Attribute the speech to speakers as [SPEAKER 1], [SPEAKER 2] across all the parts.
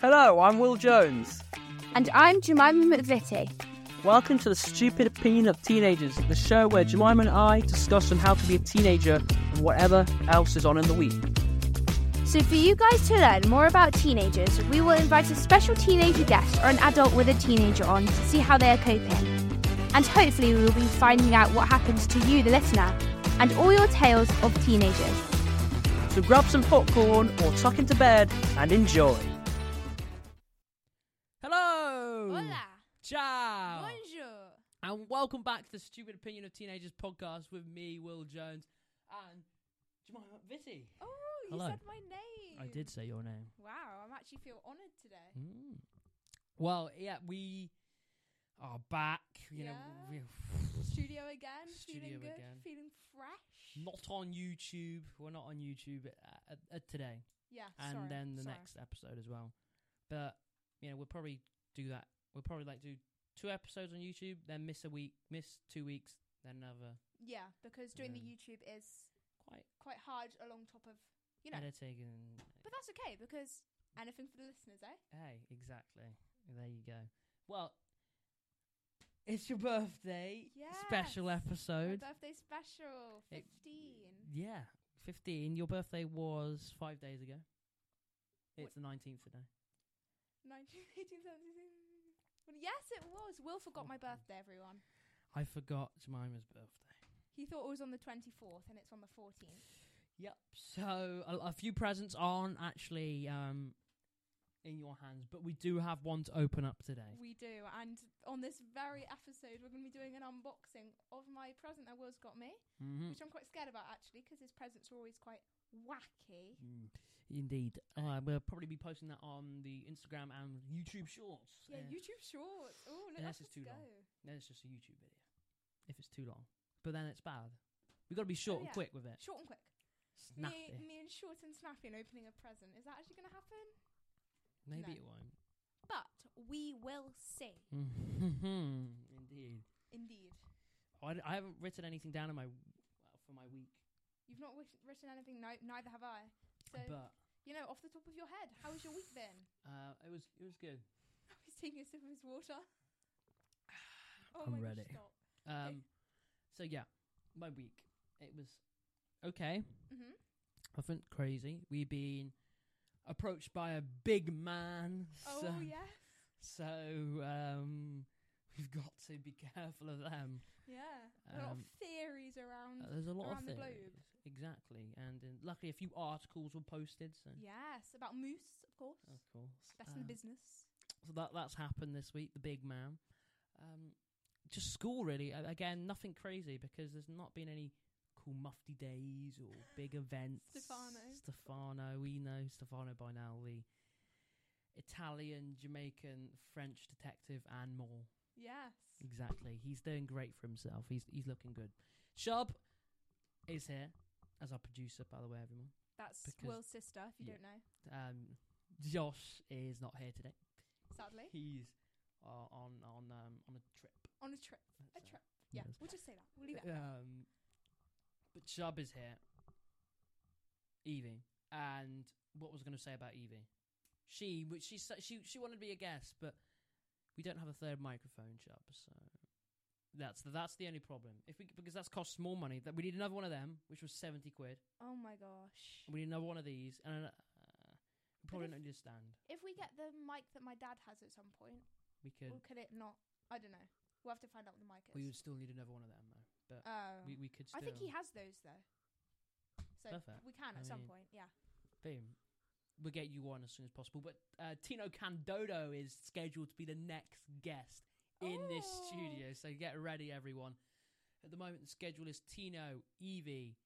[SPEAKER 1] Hello, I'm Will Jones.
[SPEAKER 2] And I'm Jemima McVitie.
[SPEAKER 1] Welcome to the Stupid Opinion of Teenagers, the show where Jemima and I discuss on how to be a teenager and whatever else is on in the week.
[SPEAKER 2] So, for you guys to learn more about teenagers, we will invite a special teenager guest or an adult with a teenager on to see how they are coping. And hopefully, we will be finding out what happens to you, the listener, and all your tales of teenagers.
[SPEAKER 1] So grab some popcorn or tuck into bed and enjoy. Hello! Ciao!
[SPEAKER 2] Bonjour!
[SPEAKER 1] And welcome back to the Stupid Opinion of Teenagers podcast with me, Will Jones, and Jemima Vitty.
[SPEAKER 2] Oh,
[SPEAKER 1] you Hello. said
[SPEAKER 2] my name.
[SPEAKER 1] I did say your name.
[SPEAKER 2] Wow, I actually feel honoured today.
[SPEAKER 1] Mm. Well, yeah, we are back. You know,
[SPEAKER 2] Yeah.
[SPEAKER 1] we're
[SPEAKER 2] Studio again,
[SPEAKER 1] Mm. Studio again.
[SPEAKER 2] feeling fresh.
[SPEAKER 1] not on YouTube. We're not on YouTube uh, uh, today.
[SPEAKER 2] Yeah,
[SPEAKER 1] and
[SPEAKER 2] sorry,
[SPEAKER 1] then the
[SPEAKER 2] sorry.
[SPEAKER 1] next episode as well. But you know, we'll probably do that. We'll probably like do two episodes on YouTube, then miss a week, miss two weeks, then another.
[SPEAKER 3] Yeah, because doing the YouTube is
[SPEAKER 1] Quite
[SPEAKER 3] quite hard along top of you know.
[SPEAKER 1] editing and
[SPEAKER 3] But that's okay because anything for the listeners, eh?
[SPEAKER 1] hey, exactly. There you go. Well, it's your birthday special
[SPEAKER 3] Yes.
[SPEAKER 1] episode.
[SPEAKER 3] My birthday special,
[SPEAKER 1] It-
[SPEAKER 3] fifteen.
[SPEAKER 1] Yeah, fifteen. Your birthday was five days ago. It's the nineteenth today.
[SPEAKER 3] 1918. Well, Yes, it was. Will forgot my birthday, everyone.
[SPEAKER 1] I forgot Jemima's birthday.
[SPEAKER 3] He thought it was on the 24th and it's on the 14th.
[SPEAKER 1] Yep. So a, a few presents aren't actually um, in your hands, but we do have one to open up today.
[SPEAKER 3] We do, and on this very episode, we're going to be doing an unboxing of my present that Will's got me,
[SPEAKER 1] Mm-hmm.
[SPEAKER 3] which I'm quite scared about actually because his presents are always quite wacky.
[SPEAKER 1] Mm. Indeed. Uh, we'll probably be posting that on the Instagram and YouTube Shorts.
[SPEAKER 3] Yeah, YouTube shorts. Oh, look,
[SPEAKER 1] Unless it's
[SPEAKER 3] that's just
[SPEAKER 1] too
[SPEAKER 3] go.
[SPEAKER 1] long. Then it's just a YouTube video. If it's too long, but then it's bad. We've got to be short and
[SPEAKER 3] Oh, yeah.
[SPEAKER 1] quick with it.
[SPEAKER 3] Short and quick.
[SPEAKER 1] Snappy.
[SPEAKER 3] Me, me and short and snappy and opening a present. Is that actually going to happen?
[SPEAKER 1] Maybe
[SPEAKER 3] no.
[SPEAKER 1] it won't.
[SPEAKER 3] But we will see.
[SPEAKER 1] Mhm. Indeed.
[SPEAKER 3] Indeed.
[SPEAKER 1] Oh, I, d- I haven't written anything down in my for my week,
[SPEAKER 3] You've not wish- written anything, no, neither have I. So,
[SPEAKER 1] but
[SPEAKER 3] you know, off the top of your head, how has your week been?
[SPEAKER 1] uh, it was it was good.
[SPEAKER 3] He's taking a sip of his water. Oh
[SPEAKER 1] I'm
[SPEAKER 3] my
[SPEAKER 1] ready.
[SPEAKER 3] Gosh, stop.
[SPEAKER 1] Um, so yeah, my week it was okay.
[SPEAKER 3] Mm-hmm.
[SPEAKER 1] Nothing crazy. We've been approached by a big man. so,
[SPEAKER 3] oh, yes.
[SPEAKER 1] So um, we've got to be careful of them.
[SPEAKER 3] Yeah. a lot of
[SPEAKER 1] um,
[SPEAKER 3] theories around.
[SPEAKER 1] Uh, there's a lot
[SPEAKER 3] Mm. Around
[SPEAKER 1] of
[SPEAKER 3] the
[SPEAKER 1] things.
[SPEAKER 3] globe.
[SPEAKER 1] Exactly, and uh, luckily a few articles were posted. So
[SPEAKER 3] yes, about moose, of course.
[SPEAKER 1] of course,
[SPEAKER 3] Best in
[SPEAKER 1] um,
[SPEAKER 3] the business.
[SPEAKER 1] So that that's happened this week. The big man. Um, just school really. A- Again, nothing crazy because there's not been any cool mufti days or big events.
[SPEAKER 3] Stefano.
[SPEAKER 1] Stefano, we know Stefano by now. The Italian, Jamaican, French detective, and more.
[SPEAKER 3] Yes.
[SPEAKER 1] Exactly. He's doing great for himself. He's he's looking good. Shub is here as our producer, by the way, everyone.
[SPEAKER 3] That's
[SPEAKER 1] because-
[SPEAKER 3] Will's sister, if you
[SPEAKER 1] yeah.
[SPEAKER 3] don't know,
[SPEAKER 1] Um, Josh is not here today.
[SPEAKER 3] sadly.
[SPEAKER 1] He's uh, on on um, on a trip.
[SPEAKER 3] On a trip. A
[SPEAKER 1] So-
[SPEAKER 3] trip. Yeah,
[SPEAKER 1] Yes.
[SPEAKER 3] we'll just say that. We'll leave it.
[SPEAKER 1] Um, but Chubb is here. Evie, and what was I going to say about Evie? She, which she, sa- she, she wanted to be a guest, but we don't have a third microphone, Chubb. So that's the, that's the only problem. If we because that's costs more money. That we need another one of them, which was seventy quid.
[SPEAKER 3] Oh my gosh.
[SPEAKER 1] We need another one of these, and uh, we probably
[SPEAKER 3] if-
[SPEAKER 1] don't understand.
[SPEAKER 3] If we get the mic that my dad has at some point,
[SPEAKER 1] We could,
[SPEAKER 3] or could it not? I don't know. We'll have to find out what the mic is.
[SPEAKER 1] we would still need another one of them though. But
[SPEAKER 3] oh.
[SPEAKER 1] we, we could. Still,
[SPEAKER 3] I think he has those though. So
[SPEAKER 1] Perfect.
[SPEAKER 3] we can
[SPEAKER 1] I
[SPEAKER 3] at some
[SPEAKER 1] mean-
[SPEAKER 3] point, yeah.
[SPEAKER 1] Boom. We'll get you on as soon as possible. But uh, Tino Candodo is scheduled to be the next guest in this
[SPEAKER 3] Oh.
[SPEAKER 1] studio. So get ready, everyone. At the moment, the schedule is Tino, Evie,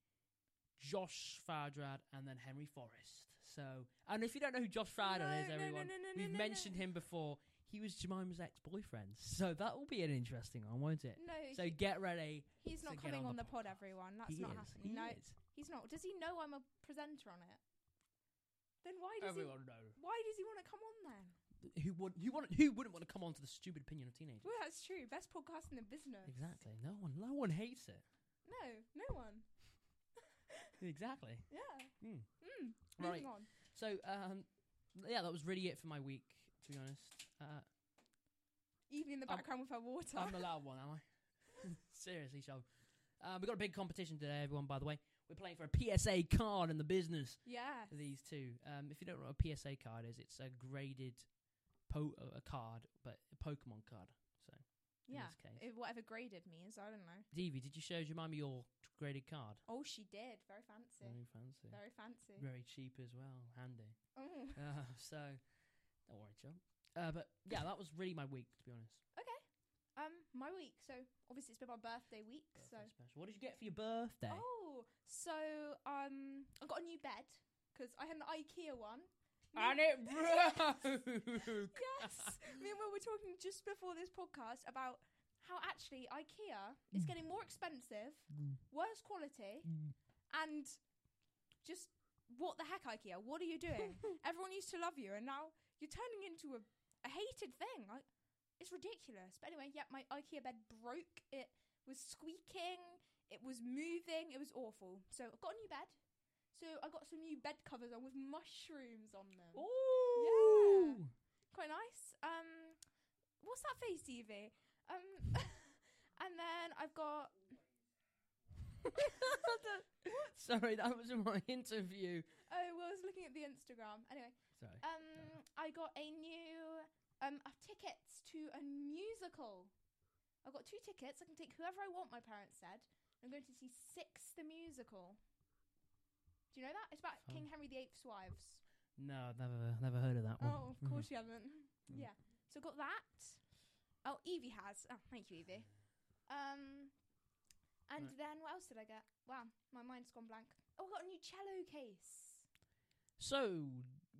[SPEAKER 1] Josh Fardrad, and then Henry Forrest. So, and if you don't know who Josh Fardrad
[SPEAKER 3] No,
[SPEAKER 1] is,
[SPEAKER 3] no, no,
[SPEAKER 1] everyone,
[SPEAKER 3] no, no,
[SPEAKER 1] we've
[SPEAKER 3] no, no.
[SPEAKER 1] mentioned him before. He was Jemima's ex-boyfriend, so that will be an interesting one, won't it?
[SPEAKER 3] No,
[SPEAKER 1] So get ready.
[SPEAKER 3] he's
[SPEAKER 1] to
[SPEAKER 3] not
[SPEAKER 1] get
[SPEAKER 3] coming
[SPEAKER 1] on
[SPEAKER 3] on
[SPEAKER 1] the
[SPEAKER 3] the pod,
[SPEAKER 1] podcast.
[SPEAKER 3] everyone. That's
[SPEAKER 1] he
[SPEAKER 3] not
[SPEAKER 1] is.
[SPEAKER 3] happening.
[SPEAKER 1] He
[SPEAKER 3] no,
[SPEAKER 1] is.
[SPEAKER 3] he's not. Does he know I'm a presenter on it? Then why does
[SPEAKER 1] Everyone know
[SPEAKER 3] he? Why does he want to come on then?
[SPEAKER 1] who would who, want, who wouldn't want to come on to the stupid opinion of teenagers.
[SPEAKER 3] Well, that's true. Best podcast in the business.
[SPEAKER 1] Exactly. No one, no one hates it.
[SPEAKER 3] No, no one.
[SPEAKER 1] Exactly.
[SPEAKER 3] Yeah.
[SPEAKER 1] Mm.
[SPEAKER 3] Mm.
[SPEAKER 1] Right.
[SPEAKER 3] Moving on.
[SPEAKER 1] So, um, yeah, that was really it for my week. To be honest, uh,
[SPEAKER 3] Even in the
[SPEAKER 1] Um,
[SPEAKER 3] background with her water.
[SPEAKER 1] I'm allowed one, am I? Seriously, so uh, we got a big competition today, everyone. By the way, we're playing for a PSA card in the business.
[SPEAKER 3] yeah.
[SPEAKER 1] These two. Um, if you don't know what a PSA card is, it's a graded po- uh, a card, but a Pokemon card. So
[SPEAKER 3] Yeah.
[SPEAKER 1] in this case,
[SPEAKER 3] It, whatever graded means, I don't know.
[SPEAKER 1] Devi, did you show? Do you mind me your graded card?
[SPEAKER 3] Oh, she did. Very fancy.
[SPEAKER 1] Very fancy.
[SPEAKER 3] Very fancy.
[SPEAKER 1] Very cheap as well. Handy.
[SPEAKER 3] Mm.
[SPEAKER 1] Uh, so don't worry, John. Uh, but yeah, that was really my week, to be honest.
[SPEAKER 3] Um, my week. So obviously it's been my birthday week.
[SPEAKER 1] Birthday
[SPEAKER 3] so
[SPEAKER 1] special. What did you get for your birthday?
[SPEAKER 3] oh, so um, I got a new bed 'cause I had an IKEA one. Me-
[SPEAKER 1] And it broke.
[SPEAKER 3] yes. Me and Will were talking just before this podcast about how actually IKEA is getting more expensive, worse quality, and just what the heck, IKEA? What are you doing? Everyone used to love you, and now you're turning into a, a hated thing. I, it's ridiculous. But anyway, yeah, my IKEA bed broke. It was squeaking. It was moving. It was awful. So I got a new bed. So I got some new bed covers on with mushrooms on them.
[SPEAKER 1] Ooh.
[SPEAKER 3] Quite nice. Um, what's that face, Evie? Um, and then I've got. Oh,
[SPEAKER 1] Sorry, that was my interview.
[SPEAKER 3] oh, well, I was looking at the Instagram. Anyway,
[SPEAKER 1] Sorry.
[SPEAKER 3] um, I got a new um uh, tickets to a musical. I've got two tickets. I can take whoever I want. My parents said I'm going to see Six the musical. Do you know that? It's about
[SPEAKER 1] Fun.
[SPEAKER 3] King Henry VIII's wives.
[SPEAKER 1] No, I've never, never heard of that one.
[SPEAKER 3] Oh, of course you haven't. Yeah. So got that. Oh, Evie has. Oh, thank you, Evie. Um, and
[SPEAKER 1] Right.
[SPEAKER 3] then what else did I get? Wow, my mind's gone blank. Oh, I got a new cello case.
[SPEAKER 1] So,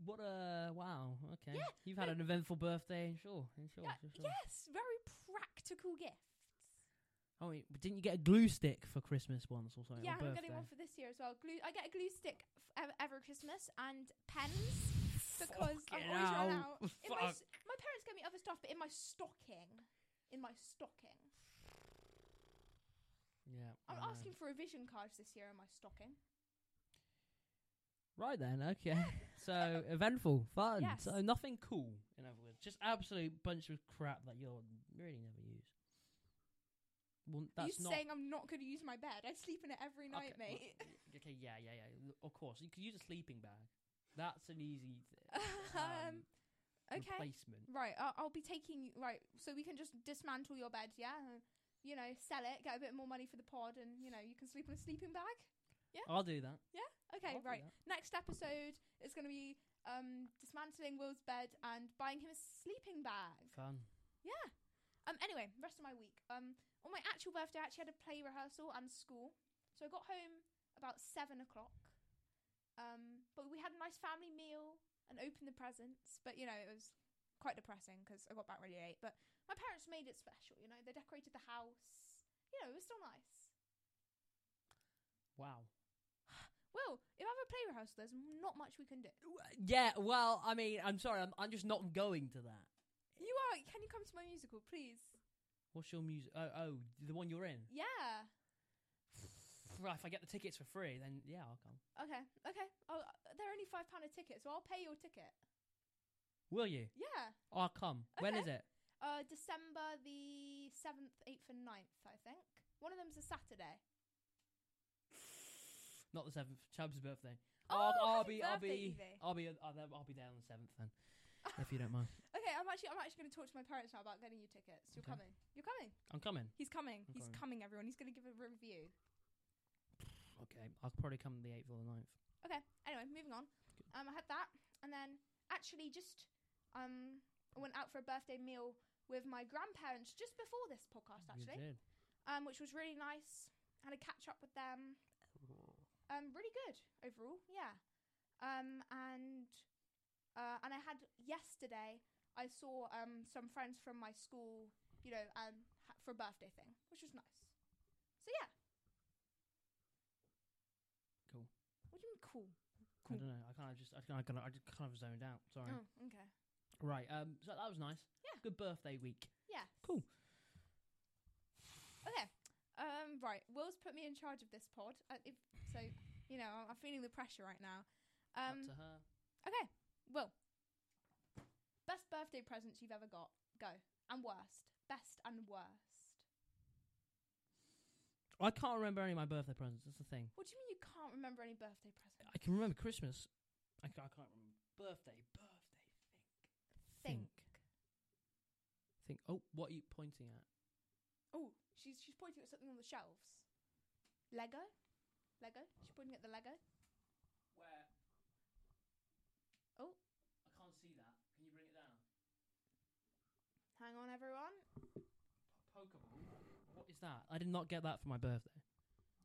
[SPEAKER 1] what a wow. Okay,
[SPEAKER 3] Yeah,
[SPEAKER 1] you've had
[SPEAKER 3] no-
[SPEAKER 1] an eventful birthday, sure, sure,
[SPEAKER 3] Yeah,
[SPEAKER 1] sure, sure.
[SPEAKER 3] yes, very practical gifts.
[SPEAKER 1] Oh, wait, but didn't you get a glue stick for Christmas once or something?
[SPEAKER 3] yeah,
[SPEAKER 1] or birthday?
[SPEAKER 3] I'm getting one for this year as well. Glue. I get a glue stick f- ev- every Christmas and pens because I'm
[SPEAKER 1] Fucking
[SPEAKER 3] always run
[SPEAKER 1] hell.
[SPEAKER 3] out. In my,
[SPEAKER 1] Fuck.
[SPEAKER 3] s- my parents gave me other stuff, but in my stocking, in my stocking,
[SPEAKER 1] Yeah. I
[SPEAKER 3] I'm
[SPEAKER 1] know.
[SPEAKER 3] asking for revision cards this year in my stocking.
[SPEAKER 1] Right then, okay. so eventful, fun.
[SPEAKER 3] Yes.
[SPEAKER 1] So nothing cool, in other words, just absolute bunch of crap that you'll really never use. Well,
[SPEAKER 3] Are you
[SPEAKER 1] that's not.
[SPEAKER 3] saying I'm not going to use my bed? I'd sleep in it every night,
[SPEAKER 1] okay,
[SPEAKER 3] mate.
[SPEAKER 1] well, y- okay, yeah, yeah, yeah. Of course, you could use a sleeping bag. That's an easy th- um,
[SPEAKER 3] um, okay.
[SPEAKER 1] replacement.
[SPEAKER 3] Right, I'll, I'll be taking you. Right, so we can just dismantle your bed, yeah? And, You know, sell it, get a bit more money for the pod, and, you know, you can sleep in a sleeping bag.
[SPEAKER 1] I'll do that.
[SPEAKER 3] Okay,
[SPEAKER 1] I'll do
[SPEAKER 3] right.
[SPEAKER 1] that.
[SPEAKER 3] Next episode is going to be um, dismantling Will's bed and buying him a sleeping bag.
[SPEAKER 1] Fun.
[SPEAKER 3] Yeah. Um. Anyway, rest of my week. Um. On my actual birthday, I actually had a play rehearsal and school, so I got home about seven o'clock. Um. But we had a nice family meal and opened the presents. But you know, it was quite depressing because I got back really late. But my parents made it special. You know, they decorated the house. You know, it was still nice.
[SPEAKER 1] Wow.
[SPEAKER 3] Well, if I have a play rehearsal, there's not much we can do.
[SPEAKER 1] Yeah. Well, I mean, I'm sorry. I'm, I'm just not going to that.
[SPEAKER 3] You are. Can you come to my musical, please?
[SPEAKER 1] What's your music? Oh, oh, the one you're in.
[SPEAKER 3] Yeah.
[SPEAKER 1] Right, if I get the tickets for free, then yeah, I'll come.
[SPEAKER 3] Okay. Okay. Oh, they're only five pound a ticket, so I'll pay your ticket.
[SPEAKER 1] Will you?
[SPEAKER 3] Yeah.
[SPEAKER 1] I'll come. When is
[SPEAKER 3] Okay.
[SPEAKER 1] it?
[SPEAKER 3] Uh, December the 7th, 8th, and 9th, I think. One of them's a Saturday.
[SPEAKER 1] Not the seventh. Chubb's birthday. I'll,
[SPEAKER 3] Oh,
[SPEAKER 1] I'll
[SPEAKER 3] happy
[SPEAKER 1] be, I'll be,
[SPEAKER 3] birthday, Evie.
[SPEAKER 1] I'll be, I'll, I'll be there on the seventh then, if you don't mind.
[SPEAKER 3] Okay, I'm actually I'm actually going to talk to my parents now about getting you tickets. You're
[SPEAKER 1] Okay.
[SPEAKER 3] coming. You're coming.
[SPEAKER 1] I'm coming.
[SPEAKER 3] He's coming.
[SPEAKER 1] I'm
[SPEAKER 3] He's coming, everyone. He's going to give a review.
[SPEAKER 1] Okay, I'll probably come the eighth or the ninth.
[SPEAKER 3] Okay. Anyway, moving on. Um, I had that, and then actually just um, I went out for a birthday meal with my grandparents just before this podcast, actually,
[SPEAKER 1] You did.
[SPEAKER 3] um, which was really nice. Had a catch up with them. um, really good overall. Yeah. Um, and uh, and I had yesterday. I saw um, some friends from my school, you know, um, ha- for a birthday thing, which was nice. So yeah.
[SPEAKER 1] Cool.
[SPEAKER 3] What do you mean cool?
[SPEAKER 1] I don't know. I kind of just, I kind of, I just kind of zoned out. Sorry.
[SPEAKER 3] Oh, okay.
[SPEAKER 1] Right. Um. So that was nice.
[SPEAKER 3] Yeah.
[SPEAKER 1] Good birthday week.
[SPEAKER 3] Yeah.
[SPEAKER 1] Cool.
[SPEAKER 3] Okay. Um, right. Will's put me in charge of this pod, uh, if, so you know I'm, I'm feeling the pressure right now. Um,
[SPEAKER 1] Up to her.
[SPEAKER 3] okay. Will, birthday presents you've ever got. Go. And worst. Best and worst.
[SPEAKER 1] I can't remember any of my birthday presents. That's the thing.
[SPEAKER 3] What do you mean you can't remember any birthday presents?
[SPEAKER 1] I can remember Christmas. I, ca- I can't remember birthday. Birthday.
[SPEAKER 3] Think.
[SPEAKER 1] Think. Oh, what are you pointing at?
[SPEAKER 3] Oh, she's she's pointing at something on the shelves. Lego? Lego? She's pointing at the Lego.
[SPEAKER 1] Where?
[SPEAKER 3] Oh.
[SPEAKER 1] I can't see that. Can you bring it down?
[SPEAKER 3] Hang on, everyone.
[SPEAKER 1] Pokeball. What is that? I did not get that for my birthday.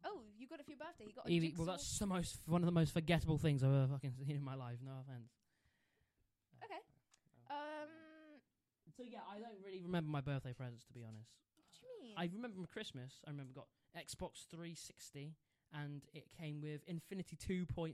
[SPEAKER 3] Oh, you got it for your birthday. You got a
[SPEAKER 1] Evie, well,
[SPEAKER 3] jigsaw-
[SPEAKER 1] that's the most one of the most forgettable things I've ever fucking seen in my life. No offense. Uh,
[SPEAKER 3] Okay. Um,
[SPEAKER 1] So yeah, I don't really remember my birthday presents to be honest.
[SPEAKER 3] what do you mean?
[SPEAKER 1] I remember from Christmas. I remember got Xbox 360, and it came with Infinity 2.0.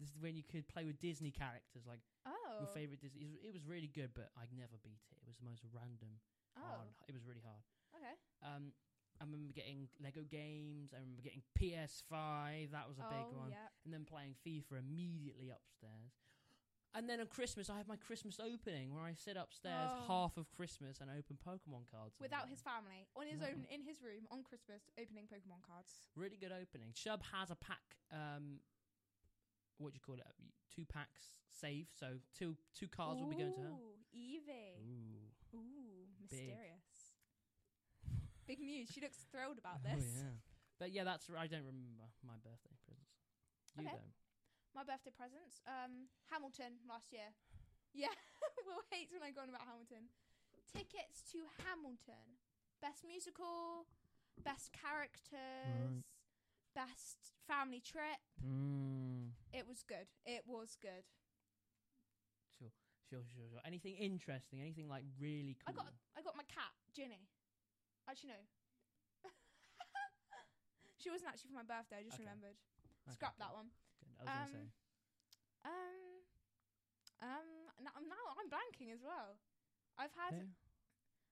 [SPEAKER 1] This is when you could play with Disney characters, like
[SPEAKER 3] oh.
[SPEAKER 1] your favorite Disney. it was- It was really good, but I never beat it. It was the most random. Hard.
[SPEAKER 3] Oh,
[SPEAKER 1] It was really hard.
[SPEAKER 3] okay.
[SPEAKER 1] Um, I remember getting Lego games. I remember getting PS5. That was a
[SPEAKER 3] oh,
[SPEAKER 1] big one.
[SPEAKER 3] yeah.
[SPEAKER 1] And then playing FIFA immediately upstairs. And then on Christmas, I had my Christmas opening where I sit upstairs
[SPEAKER 3] Oh.
[SPEAKER 1] half of Christmas and open Pokemon cards. and
[SPEAKER 3] Without
[SPEAKER 1] everything.
[SPEAKER 3] his family, on his
[SPEAKER 1] No.
[SPEAKER 3] own, in his room, on Christmas, opening Pokemon cards.
[SPEAKER 1] really good opening. Chubb has a pack. Um, what do you call it? Two packs save, so two two cards will be going to her.
[SPEAKER 3] Ooh, Evie.
[SPEAKER 1] Ooh,
[SPEAKER 3] Ooh,
[SPEAKER 1] Big.
[SPEAKER 3] mysterious. Big. news. She looks thrilled about this.
[SPEAKER 1] Oh, yeah. But yeah, that's r- I don't remember my birthday presents. You
[SPEAKER 3] Okay.
[SPEAKER 1] don't.
[SPEAKER 3] My birthday presents. Um, Hamilton last year. Yeah, Will hates when I go on about Hamilton. Tickets to Hamilton. Best musical, best characters, best family trip.
[SPEAKER 1] Mm.
[SPEAKER 3] It was good. It was good.
[SPEAKER 1] Sure, sure, sure, sure. Anything interesting? Anything like really
[SPEAKER 3] I
[SPEAKER 1] cool?
[SPEAKER 3] got I got my cat, Ginny. Actually no. she wasn't actually for my birthday, I just
[SPEAKER 1] Okay.
[SPEAKER 3] remembered.
[SPEAKER 1] Okay, good,
[SPEAKER 3] Scrap that one.
[SPEAKER 1] good. I was gonna say.
[SPEAKER 3] Um, Um Um now, now I'm blanking as well. I've had
[SPEAKER 1] Yeah.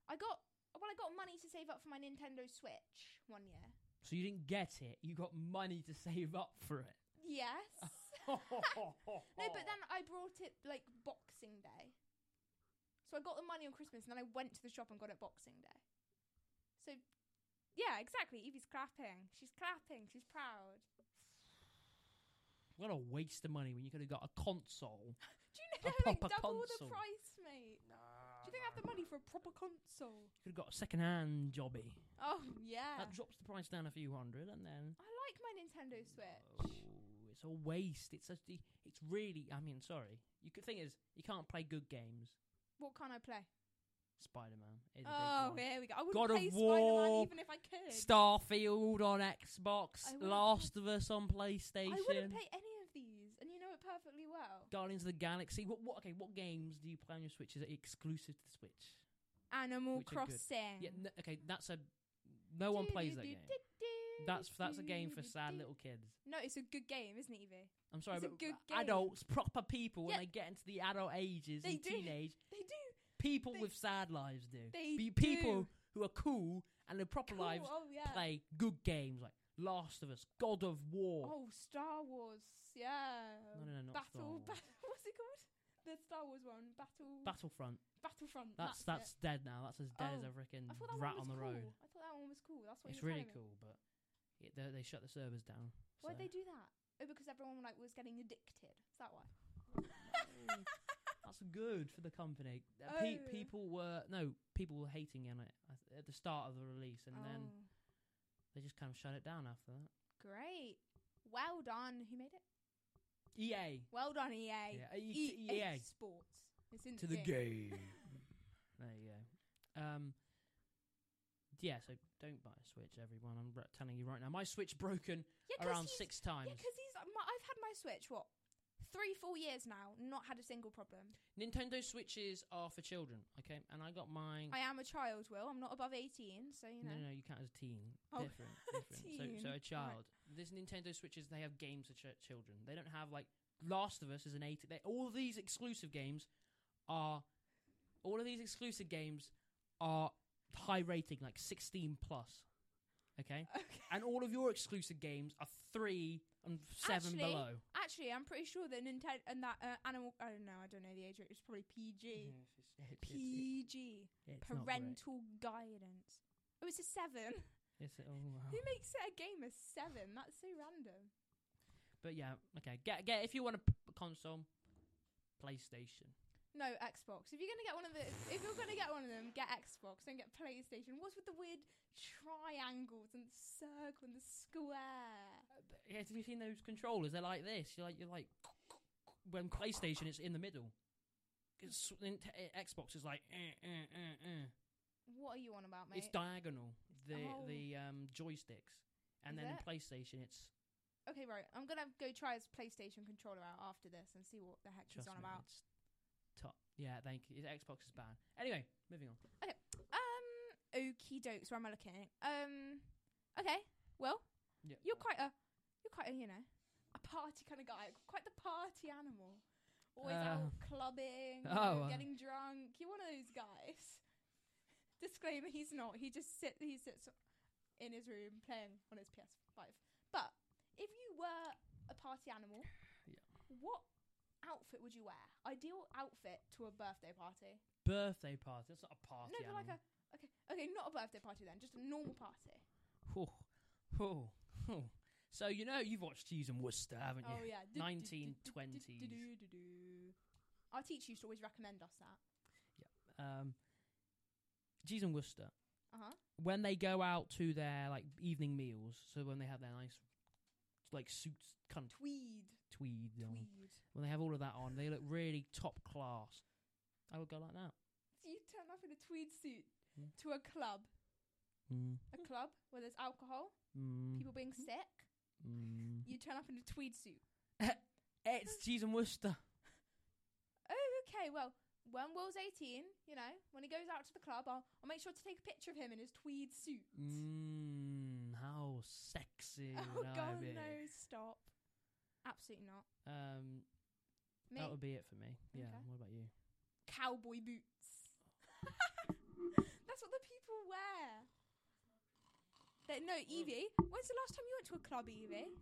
[SPEAKER 3] I got well I got money to save up for my Nintendo Switch one year.
[SPEAKER 1] So you didn't get it. You got money to save up for it.
[SPEAKER 3] Yes. no,
[SPEAKER 1] Oh.
[SPEAKER 3] but then I brought it like Boxing Day. So I got the money on Christmas and then I went to the shop and got it Boxing Day. So yeah, exactly. Evie's clapping. She's clapping. She's proud.
[SPEAKER 1] what a waste of money when you could have got a console.
[SPEAKER 3] Do you
[SPEAKER 1] A
[SPEAKER 3] know they
[SPEAKER 1] proper
[SPEAKER 3] double the
[SPEAKER 1] console.
[SPEAKER 3] price, mate? Do you think I have the money for a proper console?
[SPEAKER 1] You could have got a second-hand jobby.
[SPEAKER 3] Oh yeah.
[SPEAKER 1] That drops the price down a few hundred, and then
[SPEAKER 3] I like my Nintendo
[SPEAKER 1] oh,
[SPEAKER 3] Switch.
[SPEAKER 1] it's a waste. It's a, it's really. I mean, sorry. You could thing is you can't play good games.
[SPEAKER 3] What can I play?
[SPEAKER 1] Spider Man is a
[SPEAKER 3] Oh,
[SPEAKER 1] big one.
[SPEAKER 3] here we go. I wouldn't
[SPEAKER 1] God of
[SPEAKER 3] play
[SPEAKER 1] War,
[SPEAKER 3] Spider-Man even if I could.
[SPEAKER 1] Starfield on Xbox,
[SPEAKER 3] I wouldn't
[SPEAKER 1] Last of Us on PlayStation,
[SPEAKER 3] I wouldn't play any of these, and you know it perfectly well.
[SPEAKER 1] Guardians of the Galaxy. What, what? Okay, what games do you play on your Switch? Is it exclusive to the Switch?
[SPEAKER 3] Animal
[SPEAKER 1] Which are good.
[SPEAKER 3] Crossing.
[SPEAKER 1] Yeah. n okay, that's a. No one plays that game. That's that's a game for sad little kids.
[SPEAKER 3] No, it's a good game, isn't it, Evie?
[SPEAKER 1] I'm sorry,
[SPEAKER 3] It's a
[SPEAKER 1] but
[SPEAKER 3] good game.
[SPEAKER 1] adults, proper people, when
[SPEAKER 3] Yeah.
[SPEAKER 1] they get into the adult ages
[SPEAKER 3] They
[SPEAKER 1] and
[SPEAKER 3] do.
[SPEAKER 1] teenage,
[SPEAKER 3] They do.
[SPEAKER 1] people
[SPEAKER 3] They-
[SPEAKER 1] with sad lives do.
[SPEAKER 3] they
[SPEAKER 1] Be people
[SPEAKER 3] do.
[SPEAKER 1] who are cool and their proper
[SPEAKER 3] Cool,
[SPEAKER 1] lives
[SPEAKER 3] Oh yeah.
[SPEAKER 1] play good games like Last of Us, God of War.
[SPEAKER 3] Oh, Star Wars. Yeah.
[SPEAKER 1] No, no, no, not Star
[SPEAKER 3] Oh, Battle.
[SPEAKER 1] Wars.
[SPEAKER 3] Battle. What's it called? The Star Wars one. Battle.
[SPEAKER 1] Battlefront.
[SPEAKER 3] Battlefront.
[SPEAKER 1] That's
[SPEAKER 3] that's
[SPEAKER 1] that's dead now. That's as dead as
[SPEAKER 3] Oh,
[SPEAKER 1] a freaking
[SPEAKER 3] it. I thought that
[SPEAKER 1] rat
[SPEAKER 3] one was
[SPEAKER 1] on the
[SPEAKER 3] cool.
[SPEAKER 1] road.
[SPEAKER 3] I thought that one was cool. That's what
[SPEAKER 1] It's
[SPEAKER 3] you were
[SPEAKER 1] really
[SPEAKER 3] telling me.
[SPEAKER 1] cool, but it, they, they shut the servers down.
[SPEAKER 3] Why'd
[SPEAKER 1] so-
[SPEAKER 3] they do that? Oh, because everyone like was getting addicted. Is that why?
[SPEAKER 1] That's good for the company. Uh, pe-
[SPEAKER 3] Oh.
[SPEAKER 1] people were no people were hating on it I th- at the start of the release, and then
[SPEAKER 3] Oh,
[SPEAKER 1] they just kind of shut it down after that.
[SPEAKER 3] great. Well done. Who made it? E
[SPEAKER 1] EA
[SPEAKER 3] Well done, EA.
[SPEAKER 1] Yeah, E-
[SPEAKER 3] EA
[SPEAKER 1] EA.
[SPEAKER 3] Sports. It's in E
[SPEAKER 1] to the
[SPEAKER 3] game.
[SPEAKER 1] game. there you go. Um, yeah, so don't buy a Switch, everyone. I'm r- telling you right now, my Switch broken
[SPEAKER 3] Yeah, 'cause
[SPEAKER 1] around
[SPEAKER 3] he's-
[SPEAKER 1] six times.
[SPEAKER 3] Yeah, because he's. uh, My, I've had my Switch what three, four years now, not had a single problem.
[SPEAKER 1] Nintendo Switches are for children, okay? And I got mine.
[SPEAKER 3] I am a child, Will. I'm not above eighteen, so you know.
[SPEAKER 1] Mm. No, no, you count as teen.
[SPEAKER 3] Oh,
[SPEAKER 1] Different, different.
[SPEAKER 3] teen.
[SPEAKER 1] So, so a
[SPEAKER 3] Alright.
[SPEAKER 1] child. This Nintendo Switches, they have games for ch- children. They don't have like Last of Us is an eight. They, all of these exclusive games are, all of these exclusive games are high rating, like sixteen plus. Okay,
[SPEAKER 3] Okay.
[SPEAKER 1] and all of your exclusive games are three and seven
[SPEAKER 3] Actually,
[SPEAKER 1] below.
[SPEAKER 3] Actually, I'm pretty sure that Nintendo and that uh, Animal. I don't know. I don't know the age. It was probably PG.
[SPEAKER 1] Yes, it's- it's- it's-
[SPEAKER 3] PG.
[SPEAKER 1] it's not great.
[SPEAKER 3] Parental guidance. Oh, it's a seven.
[SPEAKER 1] It's- oh, wow.
[SPEAKER 3] Who makes it a game of seven? That's so random.
[SPEAKER 1] But yeah, okay. Get get if you want a p- console, PlayStation.
[SPEAKER 3] No, Xbox. If you're gonna get one of the, if you're gonna get one of them, get Xbox. Don't get PlayStation. What's with the weird triangles and the circle and the square?
[SPEAKER 1] But yeah, have you seen those controllers? They're like this. You're like you're like when PlayStation it's in the middle. 'Cause Nint- eh, Xbox is like eh, eh, eh, eh.
[SPEAKER 3] What are you on about, mate?
[SPEAKER 1] it's diagonal. The
[SPEAKER 3] Oh.
[SPEAKER 1] the um, joysticks, and
[SPEAKER 3] Is
[SPEAKER 1] then in
[SPEAKER 3] it?
[SPEAKER 1] PlayStation it's
[SPEAKER 3] okay, right. I'm gonna go try his PlayStation controller out after this and see what the heck he's
[SPEAKER 1] just
[SPEAKER 3] on about.
[SPEAKER 1] It's top. Yeah, thank you. Xbox is banned. Anyway, moving on.
[SPEAKER 3] Um, okie dokes. Where am I looking? Um, okay. Well,
[SPEAKER 1] Yeah.
[SPEAKER 3] you're quite a, you're quite a, you know, a party kind of guy. Quite the party animal. Always out clubbing, you
[SPEAKER 1] Uh. oh,
[SPEAKER 3] know,
[SPEAKER 1] uh,
[SPEAKER 3] getting drunk. You're one of those guys. Disclaimer: He's not. He just sit. He sits in his room playing on his PS5. But if you were a party animal,
[SPEAKER 1] Yeah.
[SPEAKER 3] what outfit would you wear? Ideal outfit to a birthday party.
[SPEAKER 1] Birthday party. That's not a party.
[SPEAKER 3] No, but like a okay, okay, not a birthday party then, just a normal party.
[SPEAKER 1] Oh, oh, oh. So you know you've watched Cheese and Worcester, haven't you?
[SPEAKER 3] Oh yeah, Du- du- du- du- du- du-
[SPEAKER 1] 1920s.
[SPEAKER 3] du- du- du. Our teacher used to always recommend us that.
[SPEAKER 1] Um, Cheese and Worcester.
[SPEAKER 3] Uh huh.
[SPEAKER 1] When they go out to their like evening meals, so when they have their nice like suits, kind of
[SPEAKER 3] Tweed,
[SPEAKER 1] tweed, on,
[SPEAKER 3] tweed.
[SPEAKER 1] when they have all of that on, they look really top class. I would go like that.
[SPEAKER 3] So you turn up in a tweed suit
[SPEAKER 1] Hmm.
[SPEAKER 3] to a club,
[SPEAKER 1] Mm,
[SPEAKER 3] a club where there's alcohol,
[SPEAKER 1] mm,
[SPEAKER 3] people being sick.
[SPEAKER 1] mm.
[SPEAKER 3] You turn up in a tweed suit.
[SPEAKER 1] It's Cheese and Worcester.
[SPEAKER 3] Oh, okay. Well, when Will's 18, you know, when he goes out to the club, I'll, I'll make sure to take a picture of him in his tweed suit.
[SPEAKER 1] Mm, how sexy
[SPEAKER 3] oh
[SPEAKER 1] would I
[SPEAKER 3] God,
[SPEAKER 1] be?
[SPEAKER 3] no! Stop. Absolutely not.
[SPEAKER 1] Um,
[SPEAKER 3] Me.
[SPEAKER 1] that would be it for me. Yeah.
[SPEAKER 3] Okay.
[SPEAKER 1] What about you?
[SPEAKER 3] cowboy boots. That's what the people wear. They, no, Evie, when's the last time you went to a club, Evie?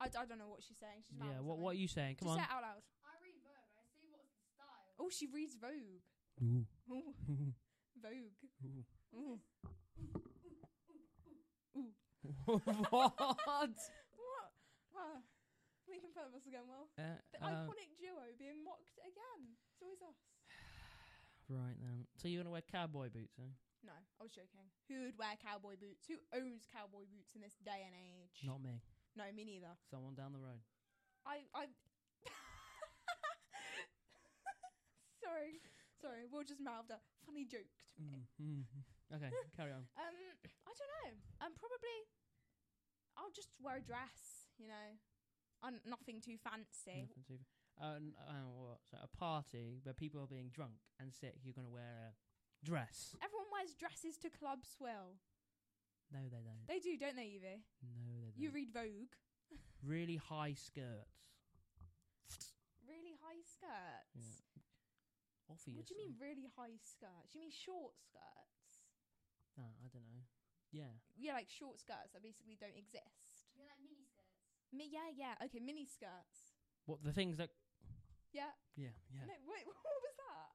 [SPEAKER 3] I, d- I don't know what she's saying. She's
[SPEAKER 1] yeah. What What are you saying? Come on.
[SPEAKER 3] Just say it out loud.
[SPEAKER 4] I read Vogue. I see what's the style.
[SPEAKER 3] Oh, she reads Vogue.
[SPEAKER 1] Ooh.
[SPEAKER 3] Ooh, Vogue.
[SPEAKER 1] Ooh.
[SPEAKER 3] Ooh.
[SPEAKER 1] what?
[SPEAKER 3] What? Ah, making fun of us again, Well,
[SPEAKER 1] Uh,
[SPEAKER 3] The
[SPEAKER 1] uh,
[SPEAKER 3] iconic duo being mocked again. It's always us.
[SPEAKER 1] right then. So you're gonna wear cowboy boots, eh?
[SPEAKER 3] No, I was joking. Who would wear cowboy boots? Who owns cowboy boots in this day and age?
[SPEAKER 1] Not me.
[SPEAKER 3] No, me neither.
[SPEAKER 1] Someone down the road.
[SPEAKER 3] I, I. sorry, sorry. Will just mouthed a funny joke to me.
[SPEAKER 1] Mm, mm. Okay, carry on.
[SPEAKER 3] Um, I don't know. Um, probably. I'll just wear a dress. You know, i nothing too fancy.
[SPEAKER 1] Nothing too- Uh, n- uh, what? So a party where people are being drunk and sick. You're gonna wear a dress?
[SPEAKER 3] Everyone wears dresses to clubs. Will
[SPEAKER 1] No, they don't.
[SPEAKER 3] they do? Don't they, Evie?
[SPEAKER 1] No, they don't.
[SPEAKER 3] You read Vogue.
[SPEAKER 1] really high skirts.
[SPEAKER 3] Really high skirts.
[SPEAKER 1] Yeah, Obviously.
[SPEAKER 3] What do you mean really high skirts? You mean short skirts?
[SPEAKER 1] No, I don't know. Yeah.
[SPEAKER 3] Yeah, like short skirts that basically don't exist.
[SPEAKER 4] You know, like mini skirts.
[SPEAKER 3] Mi- yeah, yeah. Okay, mini skirts.
[SPEAKER 1] What the things that?
[SPEAKER 3] Yeah.
[SPEAKER 1] Yeah, yeah.
[SPEAKER 3] No, wait. What was that?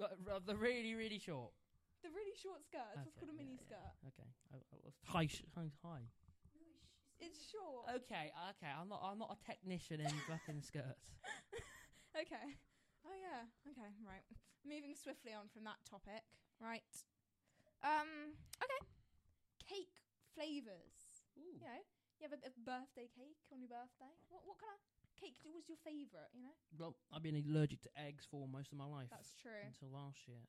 [SPEAKER 1] Uh, r- they're really, really short.
[SPEAKER 3] The really short skirts. That's
[SPEAKER 1] Okay,
[SPEAKER 3] called a
[SPEAKER 1] yeah,
[SPEAKER 3] mini
[SPEAKER 1] yeah.
[SPEAKER 3] skirt.
[SPEAKER 1] Okay. I, I was high, sh- high, high.
[SPEAKER 4] No, it's, sh-
[SPEAKER 3] It's short.
[SPEAKER 1] Okay, okay. I'm not. I'm not a technician in fucking skirts.
[SPEAKER 3] okay. Oh yeah. Okay. Right. Moving swiftly on from that topic. Right. Um. Okay. Cake flavors.
[SPEAKER 1] Ooh.
[SPEAKER 3] You know, you have a, a birthday cake on your birthday. What what kind of cake do- was your favorite? You know.
[SPEAKER 1] Well, I've been allergic to eggs for most of my life
[SPEAKER 3] That's true.
[SPEAKER 1] until last year,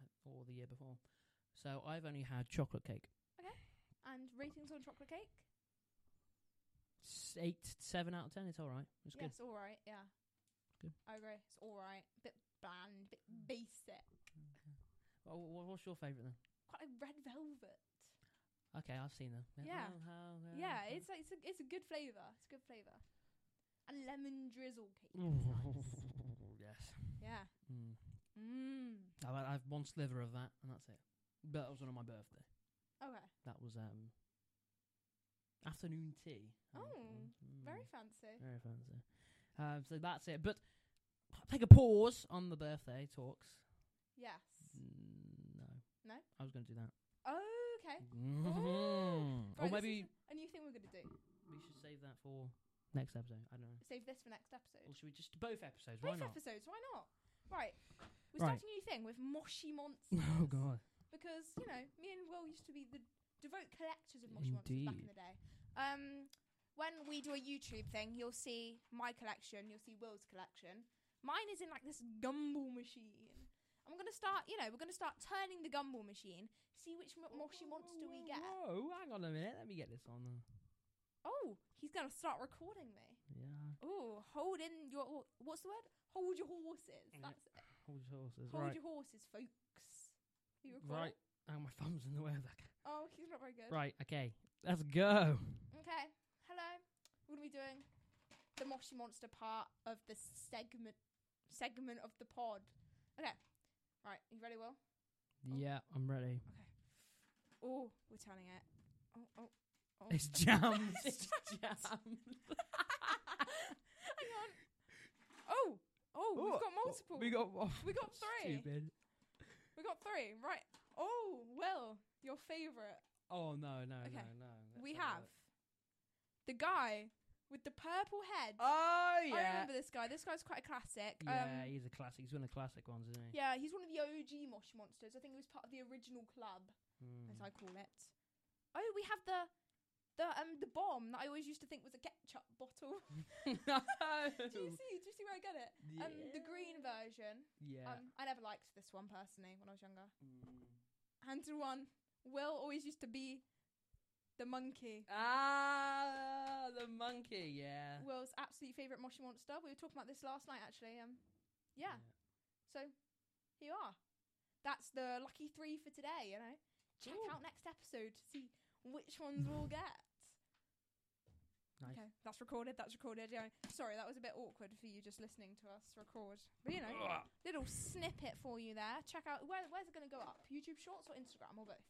[SPEAKER 1] uh, or the year before. So I've only had chocolate cake.
[SPEAKER 3] And ratings on chocolate cake.
[SPEAKER 1] S- Eight, seven out of ten. It's all right. It's
[SPEAKER 3] yeah, it's all right. Yeah.
[SPEAKER 1] Good.
[SPEAKER 3] I agree. It's all right. Bit bland. Bit basic.
[SPEAKER 1] good. Wha- wha- Oh, what's your favourite then?
[SPEAKER 3] Quite like red velvet.
[SPEAKER 1] Okay, I've seen them.
[SPEAKER 3] Yeah.
[SPEAKER 1] Oh, how- how-
[SPEAKER 3] Yeah,
[SPEAKER 1] how-
[SPEAKER 3] it's like, it's a it's a good flavour. It's a good flavour. A lemon drizzle cake. is nice.
[SPEAKER 1] yes.
[SPEAKER 3] Yeah.
[SPEAKER 1] Mm.
[SPEAKER 3] Mmm.
[SPEAKER 1] I've, had- I've one sliver of that, and that's it. But that was on my birthday.
[SPEAKER 3] Okay.
[SPEAKER 1] That was um. Afternoon tea.
[SPEAKER 3] Oh,
[SPEAKER 1] Mm.
[SPEAKER 3] Very fancy.
[SPEAKER 1] Very fancy. Um, so that's it. But take a pause on the birthday talks.
[SPEAKER 3] Yes.
[SPEAKER 1] Mm, no.
[SPEAKER 3] No?
[SPEAKER 1] I was going to do that.
[SPEAKER 3] Okay.
[SPEAKER 1] Mm.
[SPEAKER 3] Right,
[SPEAKER 1] or
[SPEAKER 3] this
[SPEAKER 1] maybe
[SPEAKER 3] is a new thing we're gonna do.
[SPEAKER 1] we should save that for next episode. I don't know.
[SPEAKER 3] Save this for next episode.
[SPEAKER 1] Or should we just do both episodes? Why
[SPEAKER 3] Both
[SPEAKER 1] not?
[SPEAKER 3] episodes. Why not? Right. We're
[SPEAKER 1] Right.
[SPEAKER 3] starting a new thing with Moshi Monsters.
[SPEAKER 1] oh god.
[SPEAKER 3] Because you know, me and Will used to be the devout collectors of Moshi Monsters back in
[SPEAKER 1] Indeed.
[SPEAKER 3] the day. Um, when we do a YouTube thing, you'll see my collection. You'll see Will's collection. Mine is in like this gumball machine. And we're gonna start. You know, we're gonna start turning the gumball machine. See which mo- Moshi monster we get.
[SPEAKER 1] Oh, hang on a minute. Let me get this on. There.
[SPEAKER 3] Oh, he's gonna start recording me.
[SPEAKER 1] Yeah.
[SPEAKER 3] Oh, hold in your what's the word? Hold your horses.
[SPEAKER 1] Yeah.
[SPEAKER 3] That's it.
[SPEAKER 1] Hold your horses.
[SPEAKER 3] Hold
[SPEAKER 1] Mm-hmm. right.
[SPEAKER 3] your horses, folks. Are you recording?
[SPEAKER 1] right. Oh, my thumb's in the way of that.
[SPEAKER 3] Oh, he's not very good.
[SPEAKER 1] Right. Okay. Let's go.
[SPEAKER 3] Okay. Hello. We're gonna be doing the Moshi Monster part of the segment segment of the pod. Okay. Right. You ready, Will?
[SPEAKER 1] Yeah, I'm ready.
[SPEAKER 3] Oh, we're turning it. Oh, oh, oh.
[SPEAKER 1] It's jammed. it's jammed.
[SPEAKER 3] Hang on. Oh, oh,
[SPEAKER 1] Oh,
[SPEAKER 3] we've got multiple.
[SPEAKER 1] We got oh,
[SPEAKER 3] We got three.
[SPEAKER 1] Stupid.
[SPEAKER 3] We got three. Right. Oh, Will, your favourite.
[SPEAKER 1] Oh no, no,
[SPEAKER 3] Okay.
[SPEAKER 1] no, no. Let's
[SPEAKER 3] we
[SPEAKER 1] a
[SPEAKER 3] have
[SPEAKER 1] look.
[SPEAKER 3] the guy with the purple head.
[SPEAKER 1] Oh
[SPEAKER 3] I
[SPEAKER 1] yeah.
[SPEAKER 3] remember this guy. This guy's quite a classic.
[SPEAKER 1] Yeah,
[SPEAKER 3] Um,
[SPEAKER 1] he's a classic. He's one of the classic ones, isn't he?
[SPEAKER 3] yeah, he's one of the OG Mosh Monsters. I think he was part of the original club,
[SPEAKER 1] Hmm. Mm.
[SPEAKER 3] as I call it. Oh, we have the the um the bomb that I always used to think was a ketchup bottle. do you see? Do you see where I get it? Um, the green version.
[SPEAKER 1] Yeah. Mm.
[SPEAKER 3] Um, I never liked this one personally when I was younger. And the one Will always used to be the monkey.
[SPEAKER 1] Ah, the monkey. Yeah.
[SPEAKER 3] Will's absolute favourite Moshi Monster. We were talking about this last night, actually. Um, yeah. So here you are. That's the lucky three for today. You know, check
[SPEAKER 1] Cool.
[SPEAKER 3] out next episode to see which ones we'll get.
[SPEAKER 1] Nice.
[SPEAKER 3] Okay, that's recorded. That's recorded. Yeah. Sorry, that was a bit awkward for you just listening to us record. But you know,
[SPEAKER 1] Ugh.
[SPEAKER 3] little snippet for you there. Check out where, where's it going to go up? YouTube Shorts or Instagram or both?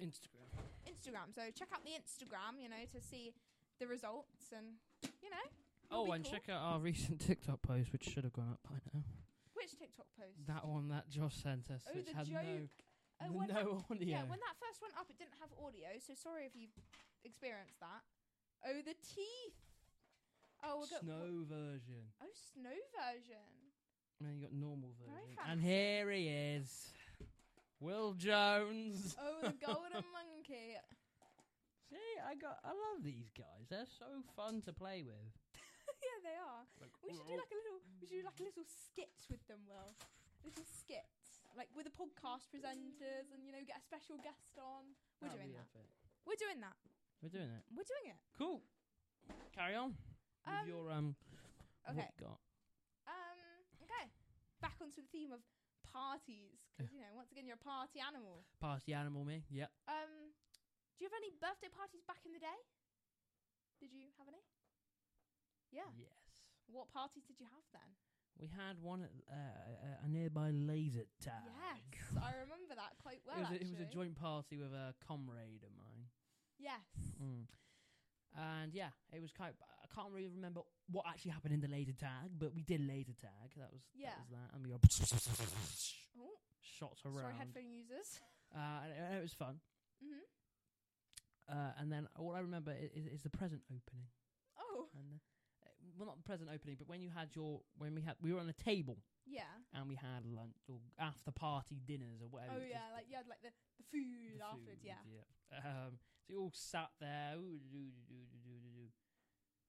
[SPEAKER 1] Instagram.
[SPEAKER 3] Instagram. So check out the Instagram. You know, to see the results and you know. it'll
[SPEAKER 1] Oh,
[SPEAKER 3] be
[SPEAKER 1] and
[SPEAKER 3] cool.
[SPEAKER 1] check out our recent TikTok post, which should have gone up by now.
[SPEAKER 3] which TikTok post.
[SPEAKER 1] That one that Josh sent us,
[SPEAKER 3] Oh,
[SPEAKER 1] which
[SPEAKER 3] the
[SPEAKER 1] had no,
[SPEAKER 3] joke. Oh, when that-
[SPEAKER 1] no audio.
[SPEAKER 3] yeah, when that first went up, it didn't have audio, so sorry if you experienced that. Oh, the teeth. Oh, we've got
[SPEAKER 1] Snow version.
[SPEAKER 3] Oh, snow version.
[SPEAKER 1] And then you got normal version.
[SPEAKER 3] Very
[SPEAKER 1] And
[SPEAKER 3] fancy.
[SPEAKER 1] here he is, Will Jones.
[SPEAKER 3] Oh, the golden monkey.
[SPEAKER 1] See, I got. I love these guys. They're so fun to play with.
[SPEAKER 3] yeah, they are.
[SPEAKER 1] Like,
[SPEAKER 3] We should do like a little. We should do like a little skit with them. Well, little skit, like with the podcast presenters, and you know, get a special guest on. We're
[SPEAKER 1] That'd
[SPEAKER 3] doing
[SPEAKER 1] be
[SPEAKER 3] that.
[SPEAKER 1] epic.
[SPEAKER 3] We're doing that.
[SPEAKER 1] We're doing it.
[SPEAKER 3] We're doing it.
[SPEAKER 1] Cool. Carry on with
[SPEAKER 3] Um,
[SPEAKER 1] your um. what
[SPEAKER 3] Okay.
[SPEAKER 1] got?
[SPEAKER 3] Um. Okay. Back onto the theme of parties, because you know, once again, you're a party animal.
[SPEAKER 1] Party animal me. Yep.
[SPEAKER 3] Um, do you have any birthday parties back in the day? Did you have any? Yeah.
[SPEAKER 1] Yes.
[SPEAKER 3] What parties did you have then?
[SPEAKER 1] We had one at uh, a- a nearby laser tag.
[SPEAKER 3] Yes, I remember that quite well.
[SPEAKER 1] Ah, it, was a, it
[SPEAKER 3] actually.
[SPEAKER 1] was a joint party with a comrade of mine.
[SPEAKER 3] Yes.
[SPEAKER 1] Mm. And yeah, it was quite. I can't really remember what actually happened in the laser tag, but we did laser tag. That was
[SPEAKER 3] Yeah.
[SPEAKER 1] that was that, and we got
[SPEAKER 3] Oh,
[SPEAKER 1] shots
[SPEAKER 3] sorry,
[SPEAKER 1] around.
[SPEAKER 3] headphone users.
[SPEAKER 1] uh, and it, and it was fun.
[SPEAKER 3] hmm
[SPEAKER 1] Uh, and then all I remember is, is, is the present opening,
[SPEAKER 3] Oh,
[SPEAKER 1] and uh, well, not the present opening, but when you had your when we had we were on a table
[SPEAKER 3] yeah.
[SPEAKER 1] and we had lunch or after party dinners or whatever.
[SPEAKER 3] Oh,
[SPEAKER 1] it is,
[SPEAKER 3] yeah. Like you had like the, the food
[SPEAKER 1] the food,
[SPEAKER 3] afterwards. Yeah.
[SPEAKER 1] yeah. Um, so we all sat there. ooh, doo, doo, doo, doo, doo, doo, doo.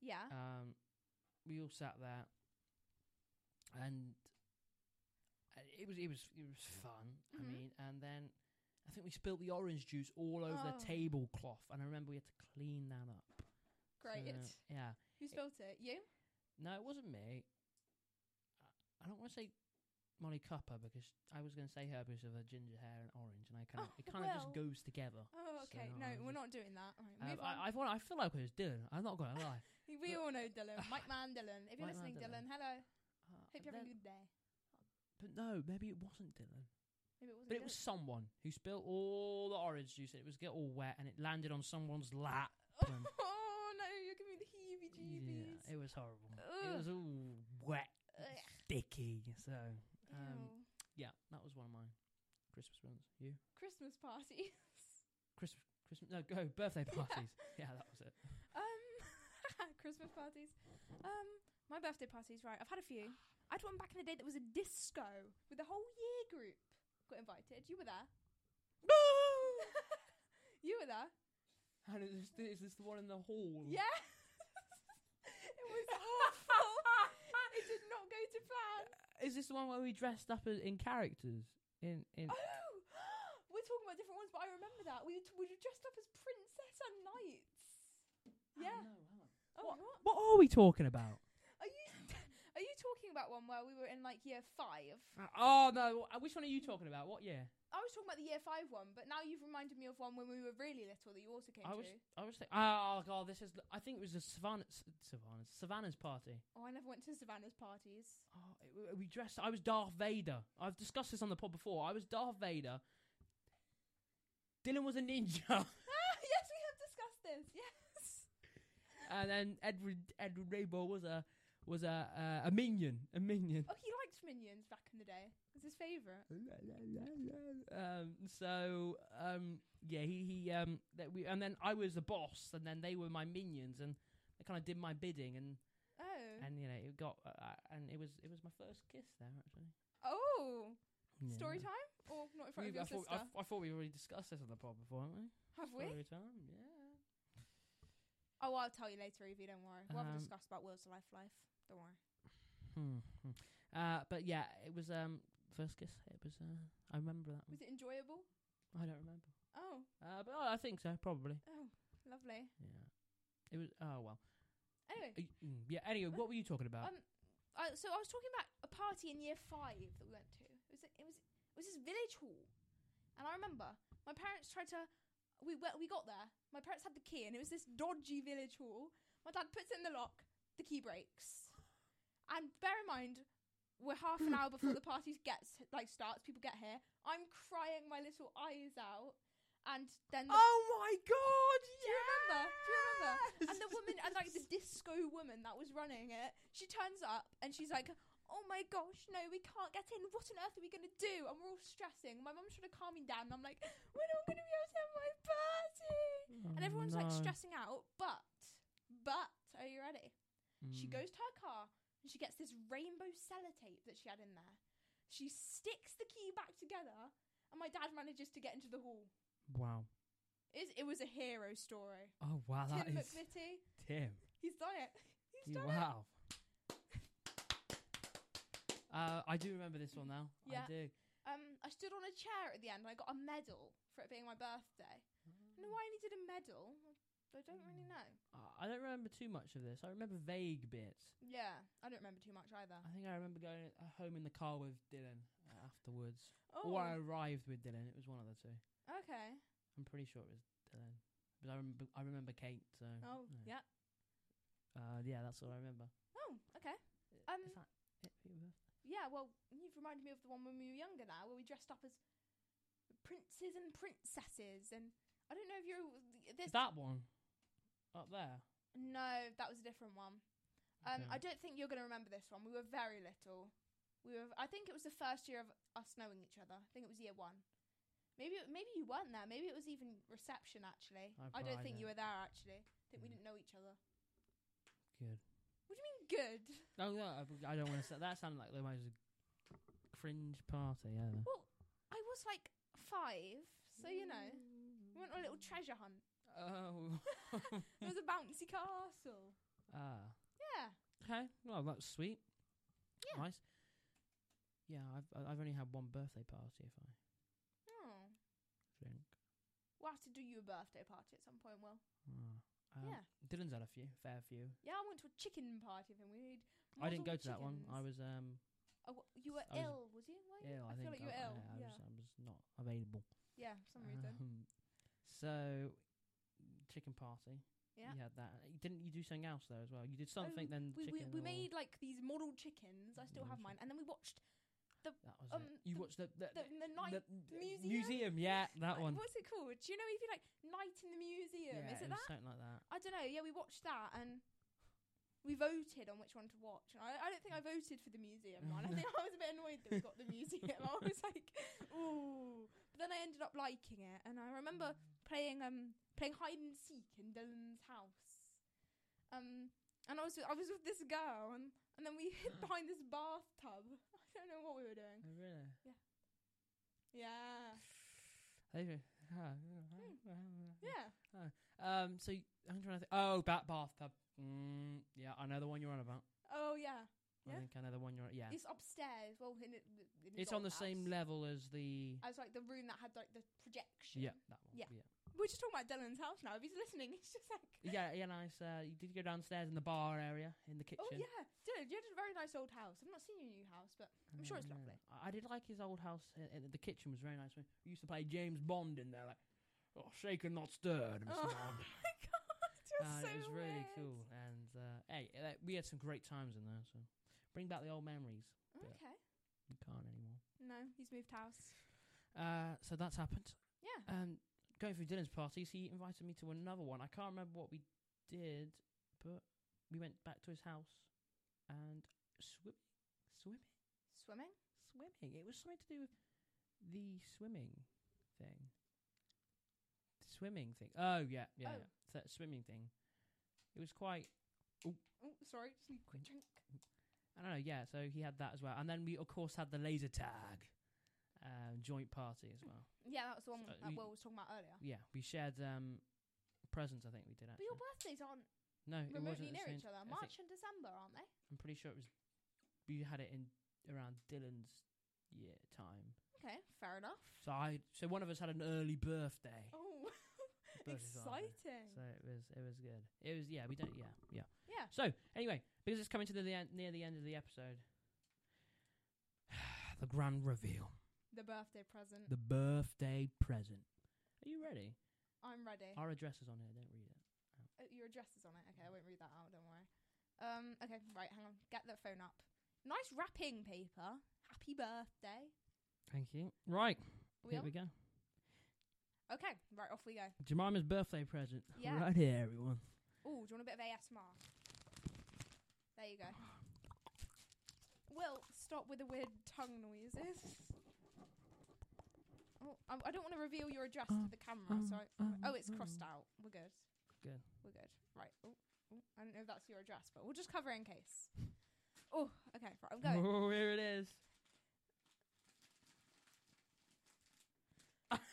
[SPEAKER 3] Yeah.
[SPEAKER 1] um, we all sat there, and uh, it was it was it was fun.
[SPEAKER 3] Mhm.
[SPEAKER 1] I mean, and then I think we spilt the orange juice all over
[SPEAKER 3] Oh.
[SPEAKER 1] the tablecloth, and I remember we had to clean that up.
[SPEAKER 3] Great.
[SPEAKER 1] So, yeah.
[SPEAKER 3] Who spilt it? You?
[SPEAKER 1] No, it wasn't me. I- I don't want to say Molly Copper because I was going to say her because of her ginger hair and orange, and I kind of
[SPEAKER 3] Oh,
[SPEAKER 1] it kind of
[SPEAKER 3] well.
[SPEAKER 1] just goes together.
[SPEAKER 3] Oh, okay.
[SPEAKER 1] So,
[SPEAKER 3] no,
[SPEAKER 1] I
[SPEAKER 3] we're
[SPEAKER 1] was-
[SPEAKER 3] not doing that. All
[SPEAKER 1] Um,
[SPEAKER 3] right, move on.
[SPEAKER 1] I, I've, I feel like I was doing. I'm not going to lie.
[SPEAKER 3] we all know Dylan. Mike Man Dylan. If you're
[SPEAKER 1] Mike Man
[SPEAKER 3] listening, Dylan,
[SPEAKER 1] Dylan.
[SPEAKER 3] hello.
[SPEAKER 1] Uh,
[SPEAKER 3] Hope you're having a good day.
[SPEAKER 1] but no, maybe it wasn't Dylan.
[SPEAKER 3] Maybe it wasn't
[SPEAKER 1] But it
[SPEAKER 3] Dylan.
[SPEAKER 1] was someone who spilled all the orange juice and it was get all wet and it landed on someone's lap. and
[SPEAKER 3] Oh,
[SPEAKER 1] It was horrible. It
[SPEAKER 3] Ugh.
[SPEAKER 1] was all wet,
[SPEAKER 3] Ugh.
[SPEAKER 1] sticky. So um,
[SPEAKER 3] Ew.
[SPEAKER 1] yeah, that was one of my Christmas ones. You
[SPEAKER 3] Christmas parties.
[SPEAKER 1] Christmas? Christmas? No, go birthday
[SPEAKER 3] Yeah.
[SPEAKER 1] parties. yeah, that was it.
[SPEAKER 3] um, Christmas parties. Um, my birthday parties. Right, I've had a few. I had one back in the day that was a disco with the whole year group. Got invited. You were there. you were there.
[SPEAKER 1] And is this, is this the one in the hall?
[SPEAKER 3] Yeah. it was awful. it did not go to plan.
[SPEAKER 1] Is this the one where we dressed up as, in characters? In in
[SPEAKER 3] Oh, we're talking about different ones, but I remember that we were, t- we were dressed up as princess and knights. Yeah. Oh,
[SPEAKER 1] What?
[SPEAKER 3] what?
[SPEAKER 1] What are we talking about?
[SPEAKER 3] Are you are you talking about one where we were in like year five?
[SPEAKER 1] Oh no! uh, Which one are you talking about? What year?
[SPEAKER 3] I was talking about the year five one, but now you've reminded me of one when we were really little that you also came
[SPEAKER 1] I was
[SPEAKER 3] to.
[SPEAKER 1] I was thinking. Oh god, this is. the- I think it was the Savannah S- Savannah's Savannah's party.
[SPEAKER 3] Oh, I never went to Savannah's parties.
[SPEAKER 1] Oh, it, w- we dressed. I was Darth Vader. I've discussed this on the pod before. I was Darth Vader. Dylan was a ninja,
[SPEAKER 3] Ah, yes, we have discussed this. Yes.
[SPEAKER 1] and then Edward Edward Rainbow was a was a uh, a minion, a minion.
[SPEAKER 3] Oh, he liked Minions back in the day. It was his favourite.
[SPEAKER 1] um, so um, yeah, he, he um, that we, and then I was the boss, and then they were my minions, and they kind of did my bidding, and
[SPEAKER 3] Oh.
[SPEAKER 1] and you know it got, uh, uh, and it was it was my first kiss there actually.
[SPEAKER 3] Oh. Story
[SPEAKER 1] Yeah.
[SPEAKER 3] time? Or not in front
[SPEAKER 1] We've-
[SPEAKER 3] of
[SPEAKER 1] I,
[SPEAKER 3] your
[SPEAKER 1] thought, I,
[SPEAKER 3] sister?
[SPEAKER 1] I thought we already discussed this on the pod before, haven't we?
[SPEAKER 3] have we?
[SPEAKER 1] Story time, yeah.
[SPEAKER 3] Oh, I'll tell you later, Evie. Don't worry. We'll have
[SPEAKER 1] Um,
[SPEAKER 3] a discuss about Will's life life. Don't worry.
[SPEAKER 1] Hmm, hmm. Uh, but yeah, it was um first kiss. It was. Uh, I remember that. One.
[SPEAKER 3] Was it enjoyable?
[SPEAKER 1] I don't remember.
[SPEAKER 3] Oh,
[SPEAKER 1] Uh, but I think so, probably.
[SPEAKER 3] oh, lovely.
[SPEAKER 1] Yeah. It was. Oh well.
[SPEAKER 3] Anyway,
[SPEAKER 1] Uh, mm, Yeah. Anyway, what were you talking about?
[SPEAKER 3] um, I, so I was talking about a party in year five that we went to. It was it was it was this village hall, and I remember my parents tried to. We went, we got there. My parents had the key, and it was this dodgy village hall. My dad puts it in the lock. The key breaks, and bear in mind. We're half an hour before the party gets like starts. People get here. I'm crying my little eyes out, and then the
[SPEAKER 1] oh my god!
[SPEAKER 3] Do you remember? Do you remember? And the woman, and like the disco woman that was running it, she turns up and she's like, "Oh my gosh, no, we can't get in. What on earth are we gonna do?" And we're all stressing. My mum's trying to calm me down. And I'm like, "We're not gonna be able to have my party." Um, And everyone's
[SPEAKER 1] Oh,
[SPEAKER 3] like stressing out. But, but, are you ready? She
[SPEAKER 1] Mm.
[SPEAKER 3] goes to her car and she gets this rainbow sellotape that she had in there. She sticks the key back together, and my dad manages to get into the hall.
[SPEAKER 1] Wow.
[SPEAKER 3] It, it was a hero story.
[SPEAKER 1] Oh wow, that
[SPEAKER 3] Tim
[SPEAKER 1] is
[SPEAKER 3] McVitie.
[SPEAKER 1] Tim.
[SPEAKER 3] He's done it. He's
[SPEAKER 1] Yeah,
[SPEAKER 3] done it.
[SPEAKER 1] wow. Uh, I do remember this one now. I
[SPEAKER 3] Yeah.
[SPEAKER 1] do.
[SPEAKER 3] Um, I stood on a chair at the end and I got a medal for it being my birthday. I don't know why I needed a medal. I don't really know.
[SPEAKER 1] Uh, I don't remember too much of this. I remember vague bits.
[SPEAKER 3] Yeah, I don't remember too much either.
[SPEAKER 1] I think I remember going uh, home in the car with Dylan uh, afterwards, or
[SPEAKER 3] Oh,
[SPEAKER 1] I arrived with Dylan. It was one of the two.
[SPEAKER 3] okay.
[SPEAKER 1] I'm pretty sure it was Dylan, but I remember I remember Kate. So
[SPEAKER 3] Oh,
[SPEAKER 1] no.
[SPEAKER 3] yeah.
[SPEAKER 1] Uh, yeah, that's all I remember.
[SPEAKER 3] Oh, okay.
[SPEAKER 1] I-
[SPEAKER 3] Um,
[SPEAKER 1] is that it for your birth-
[SPEAKER 3] Yeah, well, you've reminded me of the one when we were younger now, where we dressed up as princes and princesses, and I don't know if you're. There's
[SPEAKER 1] that one up there?
[SPEAKER 3] No, that was a different one. Um,
[SPEAKER 1] Okay.
[SPEAKER 3] I don't think you're going to remember this one. We were very little. We were. I think it was the first year of us knowing each other. I think it was year one. Maybe it- maybe you weren't there. Maybe it was even reception.
[SPEAKER 1] I
[SPEAKER 3] Actually, I, don't
[SPEAKER 1] probably
[SPEAKER 3] think you were
[SPEAKER 1] don't.
[SPEAKER 3] there. Actually, I think we
[SPEAKER 1] Mm.
[SPEAKER 3] didn't know each other.
[SPEAKER 1] Good.
[SPEAKER 3] What do you mean good?
[SPEAKER 1] No, no, Oh, I- I don't want to say that. Sounded like the most cringe party ever.
[SPEAKER 3] Well, I was like five, so you know, we went on a little
[SPEAKER 1] Mm.
[SPEAKER 3] treasure hunt.
[SPEAKER 1] Oh.
[SPEAKER 3] There was a bouncy castle.
[SPEAKER 1] ah.
[SPEAKER 3] Yeah.
[SPEAKER 1] Okay. Well, that's sweet.
[SPEAKER 3] Yeah.
[SPEAKER 1] Nice. Yeah, I've I've only had one birthday party, if I
[SPEAKER 3] Oh,
[SPEAKER 1] think.
[SPEAKER 3] we'll have to do you a birthday party at some point. Will.
[SPEAKER 1] Ah. Um,
[SPEAKER 3] yeah.
[SPEAKER 1] Dylan's had a few, fair few.
[SPEAKER 3] Yeah, I went to a chicken party. Then we need.
[SPEAKER 1] I didn't go to
[SPEAKER 3] model
[SPEAKER 1] that one. I
[SPEAKER 3] chickens.
[SPEAKER 1] was um
[SPEAKER 3] Oh, wh- you were
[SPEAKER 1] I was-
[SPEAKER 3] ill, was you? Were you?
[SPEAKER 1] ill. I,
[SPEAKER 3] I,
[SPEAKER 1] think
[SPEAKER 3] feel like
[SPEAKER 1] I,
[SPEAKER 3] you were ill.
[SPEAKER 1] I, I was
[SPEAKER 3] yeah.
[SPEAKER 1] I was not available.
[SPEAKER 3] yeah, for some reason.
[SPEAKER 1] Um, so chicken party.
[SPEAKER 3] Yeah.
[SPEAKER 1] You
[SPEAKER 3] Um,
[SPEAKER 1] had that. Didn't you do something else there as well? You did something then
[SPEAKER 3] we, we,
[SPEAKER 1] chicken.
[SPEAKER 3] we
[SPEAKER 1] or-
[SPEAKER 3] made like these model chickens. I
[SPEAKER 1] Model
[SPEAKER 3] still have mine. And then we watched
[SPEAKER 1] That was
[SPEAKER 3] Um,
[SPEAKER 1] it. You
[SPEAKER 3] the-
[SPEAKER 1] watched the the,
[SPEAKER 3] the, the night.
[SPEAKER 1] the
[SPEAKER 3] museum?
[SPEAKER 1] museum. Yeah, that
[SPEAKER 3] uh,
[SPEAKER 1] one.
[SPEAKER 3] What's it called? Do you know if you like night in the museum?
[SPEAKER 1] yeah,
[SPEAKER 3] Is
[SPEAKER 1] was
[SPEAKER 3] it, that? Hmm.
[SPEAKER 1] something like that.
[SPEAKER 3] I don't know. Yeah, we watched that and we voted on which one to watch. And I, I don't think I voted for the museum one. I think I was a bit annoyed that we got the museum. I was like, ooh. But then I ended up liking it, and I remember playing um playing hide and seek in Dylan's house. Um, and I was with, I was with this girl, and and then we hid behind this bathtub. I don't know what we were doing.
[SPEAKER 1] Oh, really?
[SPEAKER 3] Yeah,
[SPEAKER 1] They- ah,
[SPEAKER 3] yeah.
[SPEAKER 1] Um. So y- I'm trying to think. Oh, bat bathtub. Mm, yeah, I know the one you're on about.
[SPEAKER 3] Oh yeah.
[SPEAKER 1] I
[SPEAKER 3] Yeah?
[SPEAKER 1] think I know the one you're on. Yeah, it's,
[SPEAKER 3] It's upstairs. Well, in it, in
[SPEAKER 1] on the
[SPEAKER 3] John's
[SPEAKER 1] same
[SPEAKER 3] house.
[SPEAKER 1] level as the.
[SPEAKER 3] as like the room that had like the projection.
[SPEAKER 1] Yeah, that one.
[SPEAKER 3] Yeah.
[SPEAKER 1] yeah.
[SPEAKER 3] We're just talking about Dylan's house now. If he's listening, it's just like,
[SPEAKER 1] Yeah, yeah, nice. Uh, you did go downstairs in the bar area in the kitchen.
[SPEAKER 3] oh yeah, Dylan, you had a very nice old house. I've not seen your new house, but I'm sure it's
[SPEAKER 1] Yeah, yeah.
[SPEAKER 3] lovely.
[SPEAKER 1] Mm. I- I did like his old house. uh, uh, the kitchen was very nice. We used to play James Bond in there, like, oh, shaken not stirred, Mr.
[SPEAKER 3] Oh
[SPEAKER 1] Bond.
[SPEAKER 3] my god, you're
[SPEAKER 1] Uh,
[SPEAKER 3] so
[SPEAKER 1] it was really
[SPEAKER 3] weird.
[SPEAKER 1] cool. And uh, hey, uh, we had some great times in there. So bring back the old memories. but
[SPEAKER 3] Okay,
[SPEAKER 1] You can't anymore.
[SPEAKER 3] no, he's moved house.
[SPEAKER 1] Uh, so that's happened.
[SPEAKER 3] Yeah,
[SPEAKER 1] Um, going through dinner's parties, he invited me to another one. I can't remember what we did, but we went back to his house and swim, swimming,
[SPEAKER 3] swimming.
[SPEAKER 1] swimming. It was something to do with the swimming thing. Swimming thing. Oh yeah, yeah,
[SPEAKER 3] Oh.
[SPEAKER 1] yeah. That swimming thing. It was quite.
[SPEAKER 3] Oh, sorry, just need a quick drink.
[SPEAKER 1] I don't know. Yeah, so he had that as well, and then we of course had the laser tag uh, joint party as well.
[SPEAKER 3] Yeah, that was the one
[SPEAKER 1] So,
[SPEAKER 3] that
[SPEAKER 1] you-
[SPEAKER 3] Will was talking about earlier.
[SPEAKER 1] Yeah, we shared um, presents. I think we did
[SPEAKER 3] But
[SPEAKER 1] actually.
[SPEAKER 3] your birthdays aren't
[SPEAKER 1] No, it
[SPEAKER 3] remotely
[SPEAKER 1] wasn't at the
[SPEAKER 3] near
[SPEAKER 1] same
[SPEAKER 3] each other.
[SPEAKER 1] I think-
[SPEAKER 3] March and December, aren't they?
[SPEAKER 1] I'm pretty sure it was. We had it in around Dylan's year time.
[SPEAKER 3] Okay, fair enough.
[SPEAKER 1] So I. So one of us had an early birthday.
[SPEAKER 3] Oh,
[SPEAKER 1] Birthday's aren't they?
[SPEAKER 3] exciting.
[SPEAKER 1] So it was. It was good. It was. Yeah. We don't. Yeah. Yeah.
[SPEAKER 3] Yeah.
[SPEAKER 1] So anyway, because it's coming to the, the end, near the end of the episode, the grand reveal,
[SPEAKER 3] The birthday present.
[SPEAKER 1] the birthday present. Are you ready?
[SPEAKER 3] I'm ready.
[SPEAKER 1] Our address is on here. Don't read it.
[SPEAKER 3] Uh, your address is on it. Okay, I won't read that out. Don't worry. Um. Okay. Right. Hang on. Get that phone up. Nice wrapping paper. Happy birthday.
[SPEAKER 1] Thank you. Right.
[SPEAKER 3] Are we
[SPEAKER 1] here
[SPEAKER 3] on?
[SPEAKER 1] we go.
[SPEAKER 3] Okay. Right. Off we go.
[SPEAKER 1] Jemima's birthday present.
[SPEAKER 3] Yeah.
[SPEAKER 1] Right here, everyone.
[SPEAKER 3] Oh, do you want a bit of ASMR? There you go. Will, stop with the weird tongue noises. Oh, I, I don't want to reveal your address to the
[SPEAKER 1] Uh,
[SPEAKER 3] camera, so I, oh, it's crossed out. We're good.
[SPEAKER 1] Good.
[SPEAKER 3] We're good. Right. Oh, oh, I don't know if that's your address, but we'll just cover it in case. Oh, okay. Right, I'm going.
[SPEAKER 1] Oh, here it is.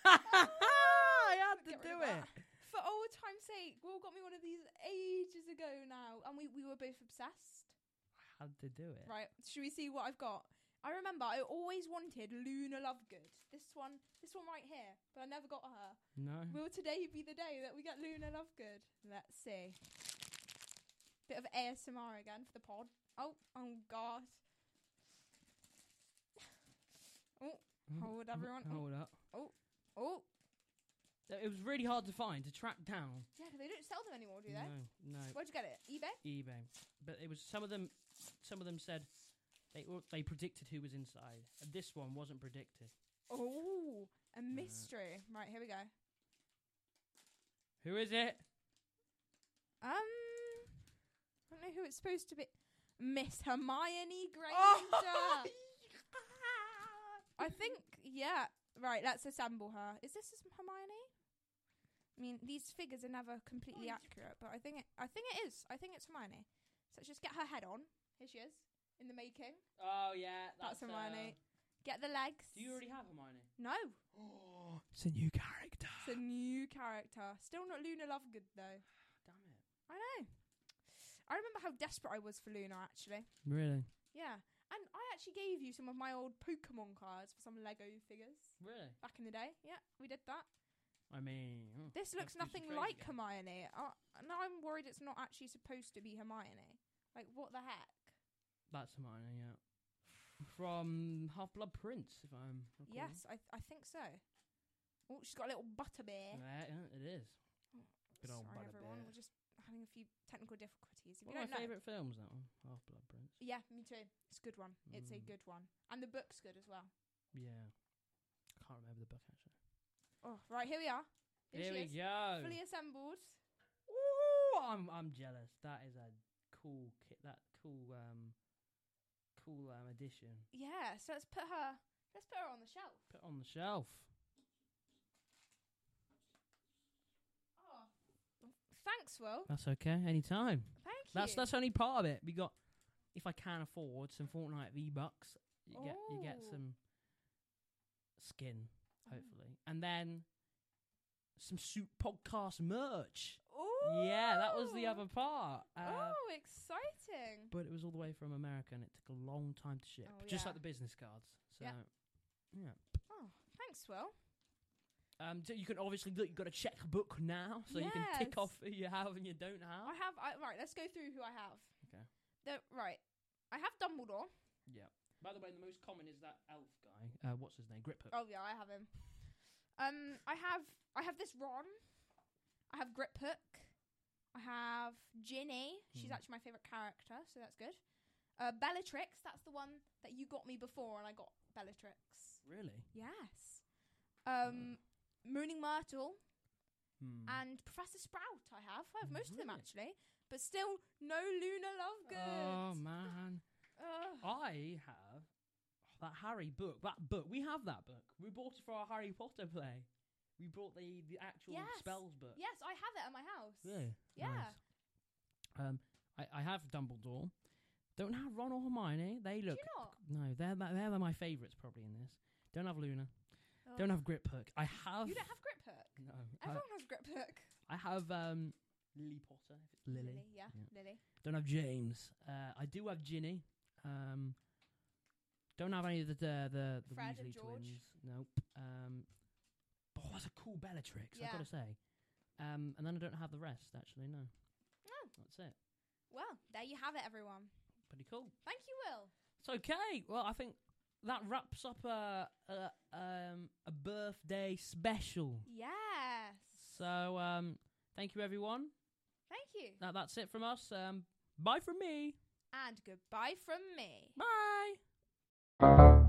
[SPEAKER 1] I had to
[SPEAKER 3] Get rid
[SPEAKER 1] do
[SPEAKER 3] of
[SPEAKER 1] it.
[SPEAKER 3] that. For old time's sake, Will got me one of these ages ago now, and we, we were both obsessed.
[SPEAKER 1] I had to do it.
[SPEAKER 3] Right, should we see what I've got? I remember I always wanted Luna Lovegood. This one, this one right here, but I never got her.
[SPEAKER 1] No.
[SPEAKER 3] Will today be the day that we get Luna Lovegood? Let's see. Bit of ASMR again for the pod. Oh, oh God. oh, hold everyone. Oh,
[SPEAKER 1] Hold up.
[SPEAKER 3] oh.
[SPEAKER 1] Uh, It was really hard to find, to track down.
[SPEAKER 3] Yeah, 'cause they don't sell them anymore, do they?
[SPEAKER 1] No, no.
[SPEAKER 3] Where'd you get it? eBay?
[SPEAKER 1] eBay. But it was some of them. Some of them said they al- they predicted who was inside. And this one wasn't predicted.
[SPEAKER 3] Oh, a mystery. Right, here we go.
[SPEAKER 1] Who is it?
[SPEAKER 3] Um, I don't know who it's supposed to be. Miss Hermione Granger. I think, yeah. Right, let's assemble her. Is this is Hermione? I mean, these figures are never completely accurate, but I think it, I think it is. I think it's Hermione. So let's just get her head on. Here she is in the making.
[SPEAKER 1] Oh yeah,
[SPEAKER 3] That's,
[SPEAKER 1] uh,
[SPEAKER 3] Hermione. Get the legs.
[SPEAKER 1] do you already have Hermione?
[SPEAKER 3] No,
[SPEAKER 1] Oh, it's a new character.
[SPEAKER 3] it's a new character. Still not Luna Lovegood though.
[SPEAKER 1] Damn it.
[SPEAKER 3] I know. I remember how desperate I was for Luna actually.
[SPEAKER 1] Really?
[SPEAKER 3] Yeah. And I actually gave you some of my old Pokemon cards for some Lego figures
[SPEAKER 1] Really?
[SPEAKER 3] back in the day. Yeah, we did that.
[SPEAKER 1] I mean, mm,
[SPEAKER 3] This looks
[SPEAKER 1] Let's do some
[SPEAKER 3] nothing
[SPEAKER 1] trades
[SPEAKER 3] like
[SPEAKER 1] again.
[SPEAKER 3] Hermione. Uh, now I'm worried it's not actually supposed to be Hermione. Like, what the heck?
[SPEAKER 1] that's Hermione, yeah. From Half Blood Prince, if I'm. recalling.
[SPEAKER 3] Yes, I, th- I think so. Oh, she's got a little butterbeer.
[SPEAKER 1] Yeah, yeah, it is. Good old
[SPEAKER 3] Sorry, everyone.
[SPEAKER 1] butterbeer.
[SPEAKER 3] We're just having a few technical difficulties. If
[SPEAKER 1] One
[SPEAKER 3] you
[SPEAKER 1] of
[SPEAKER 3] don't
[SPEAKER 1] my
[SPEAKER 3] know,
[SPEAKER 1] favourite films, that one. Half Blood Prince.
[SPEAKER 3] yeah, me too. It's a good one. It's a
[SPEAKER 1] Mm.
[SPEAKER 3] good one, and the book's good as well.
[SPEAKER 1] Yeah. I can't remember the book, actually.
[SPEAKER 3] Oh, right, here we are. Here,
[SPEAKER 1] Here we
[SPEAKER 3] she is,
[SPEAKER 1] go.
[SPEAKER 3] fully assembled.
[SPEAKER 1] Ooh, I'm, I'm jealous. That is a cool kit, that cool, um, cool um, addition.
[SPEAKER 3] Yeah, so let's put her. Let's put her on the shelf.
[SPEAKER 1] Put it on the shelf.
[SPEAKER 3] Oh, thanks, Will.
[SPEAKER 1] That's okay. Anytime.
[SPEAKER 3] Thank you.
[SPEAKER 1] That's that's only part of it. We got, if I can afford some Fortnite V bucks, you get you get
[SPEAKER 3] Ooh.
[SPEAKER 1] some skin hopefully, and then some suit podcast merch.
[SPEAKER 3] Ooh.
[SPEAKER 1] Yeah, that was the other part. Uh,
[SPEAKER 3] oh, exciting!
[SPEAKER 1] But it was all the way from America, and it took a long time to ship,
[SPEAKER 3] Oh,
[SPEAKER 1] just
[SPEAKER 3] yeah.
[SPEAKER 1] like the business cards. So.
[SPEAKER 3] Yeah.
[SPEAKER 1] yeah.
[SPEAKER 3] Oh, thanks, Will.
[SPEAKER 1] Um, so you can obviously look. You've got a checkbook now, so you can
[SPEAKER 3] Yes.
[SPEAKER 1] tick off who you have and you don't
[SPEAKER 3] I
[SPEAKER 1] have.
[SPEAKER 3] have. I, right, let's go through who I have.
[SPEAKER 1] Okay.
[SPEAKER 3] The, right, I have Dumbledore.
[SPEAKER 1] By the way, the most common is that elf guy. Uh, what's his name? Griphook.
[SPEAKER 3] Oh yeah, I have him. Um, I have I have this Ron. I have Grip Hook. I have Ginny. She's
[SPEAKER 1] Hmm.
[SPEAKER 3] actually my favorite character, so that's good. Uh, Bellatrix. That's the one that you got me before, and I got Bellatrix.
[SPEAKER 1] Really?
[SPEAKER 3] Yes. Um, Mooning Myrtle
[SPEAKER 1] Hmm.
[SPEAKER 3] and Professor Sprout. I have. I have most of them
[SPEAKER 1] Really?
[SPEAKER 3] actually, but still no Luna Lovegood.
[SPEAKER 1] Oh man,
[SPEAKER 3] Ugh.
[SPEAKER 1] I have that Harry book. That book. We have that book. We bought it for our Harry Potter play. We brought the the actual
[SPEAKER 3] Yes.
[SPEAKER 1] spells book.
[SPEAKER 3] Yes, I have it at my house.
[SPEAKER 1] Really?
[SPEAKER 3] Yeah.
[SPEAKER 1] Nice. Um, I, I have Dumbledore. Don't have Ron or Hermione. They
[SPEAKER 3] Do
[SPEAKER 1] look
[SPEAKER 3] you not?
[SPEAKER 1] no. They're my- they're my favourites probably in this. Don't have Luna.
[SPEAKER 3] Ugh.
[SPEAKER 1] Don't have Grip Hook. I have.
[SPEAKER 3] Oh. Um, You don't have Grip Hook.
[SPEAKER 1] No. I,
[SPEAKER 3] Everyone has Grip Hook.
[SPEAKER 1] I have um Lily Potter. If it's Lily.
[SPEAKER 3] yeah,
[SPEAKER 1] yeah.
[SPEAKER 3] Lily.
[SPEAKER 1] Don't have James. Uh, I do have Ginny. Um, don't have any of the the the, the
[SPEAKER 3] Fred and
[SPEAKER 1] Weasley
[SPEAKER 3] George.
[SPEAKER 1] twins. Nope. Um, oh, that's a cool Bellatrix.
[SPEAKER 3] Yeah.
[SPEAKER 1] I've got to say. Um, and then I don't have the rest actually. No.
[SPEAKER 3] Oh.
[SPEAKER 1] That's it.
[SPEAKER 3] Well, there you have it, everyone.
[SPEAKER 1] Pretty cool.
[SPEAKER 3] Thank you, Will.
[SPEAKER 1] It's okay. Well, I think that wraps up a a, um, a birthday special.
[SPEAKER 3] Yes.
[SPEAKER 1] So um, thank you everyone.
[SPEAKER 3] Thank you.
[SPEAKER 1] That, that's it from us. Um, bye from me.
[SPEAKER 3] And goodbye from me.
[SPEAKER 1] Bye.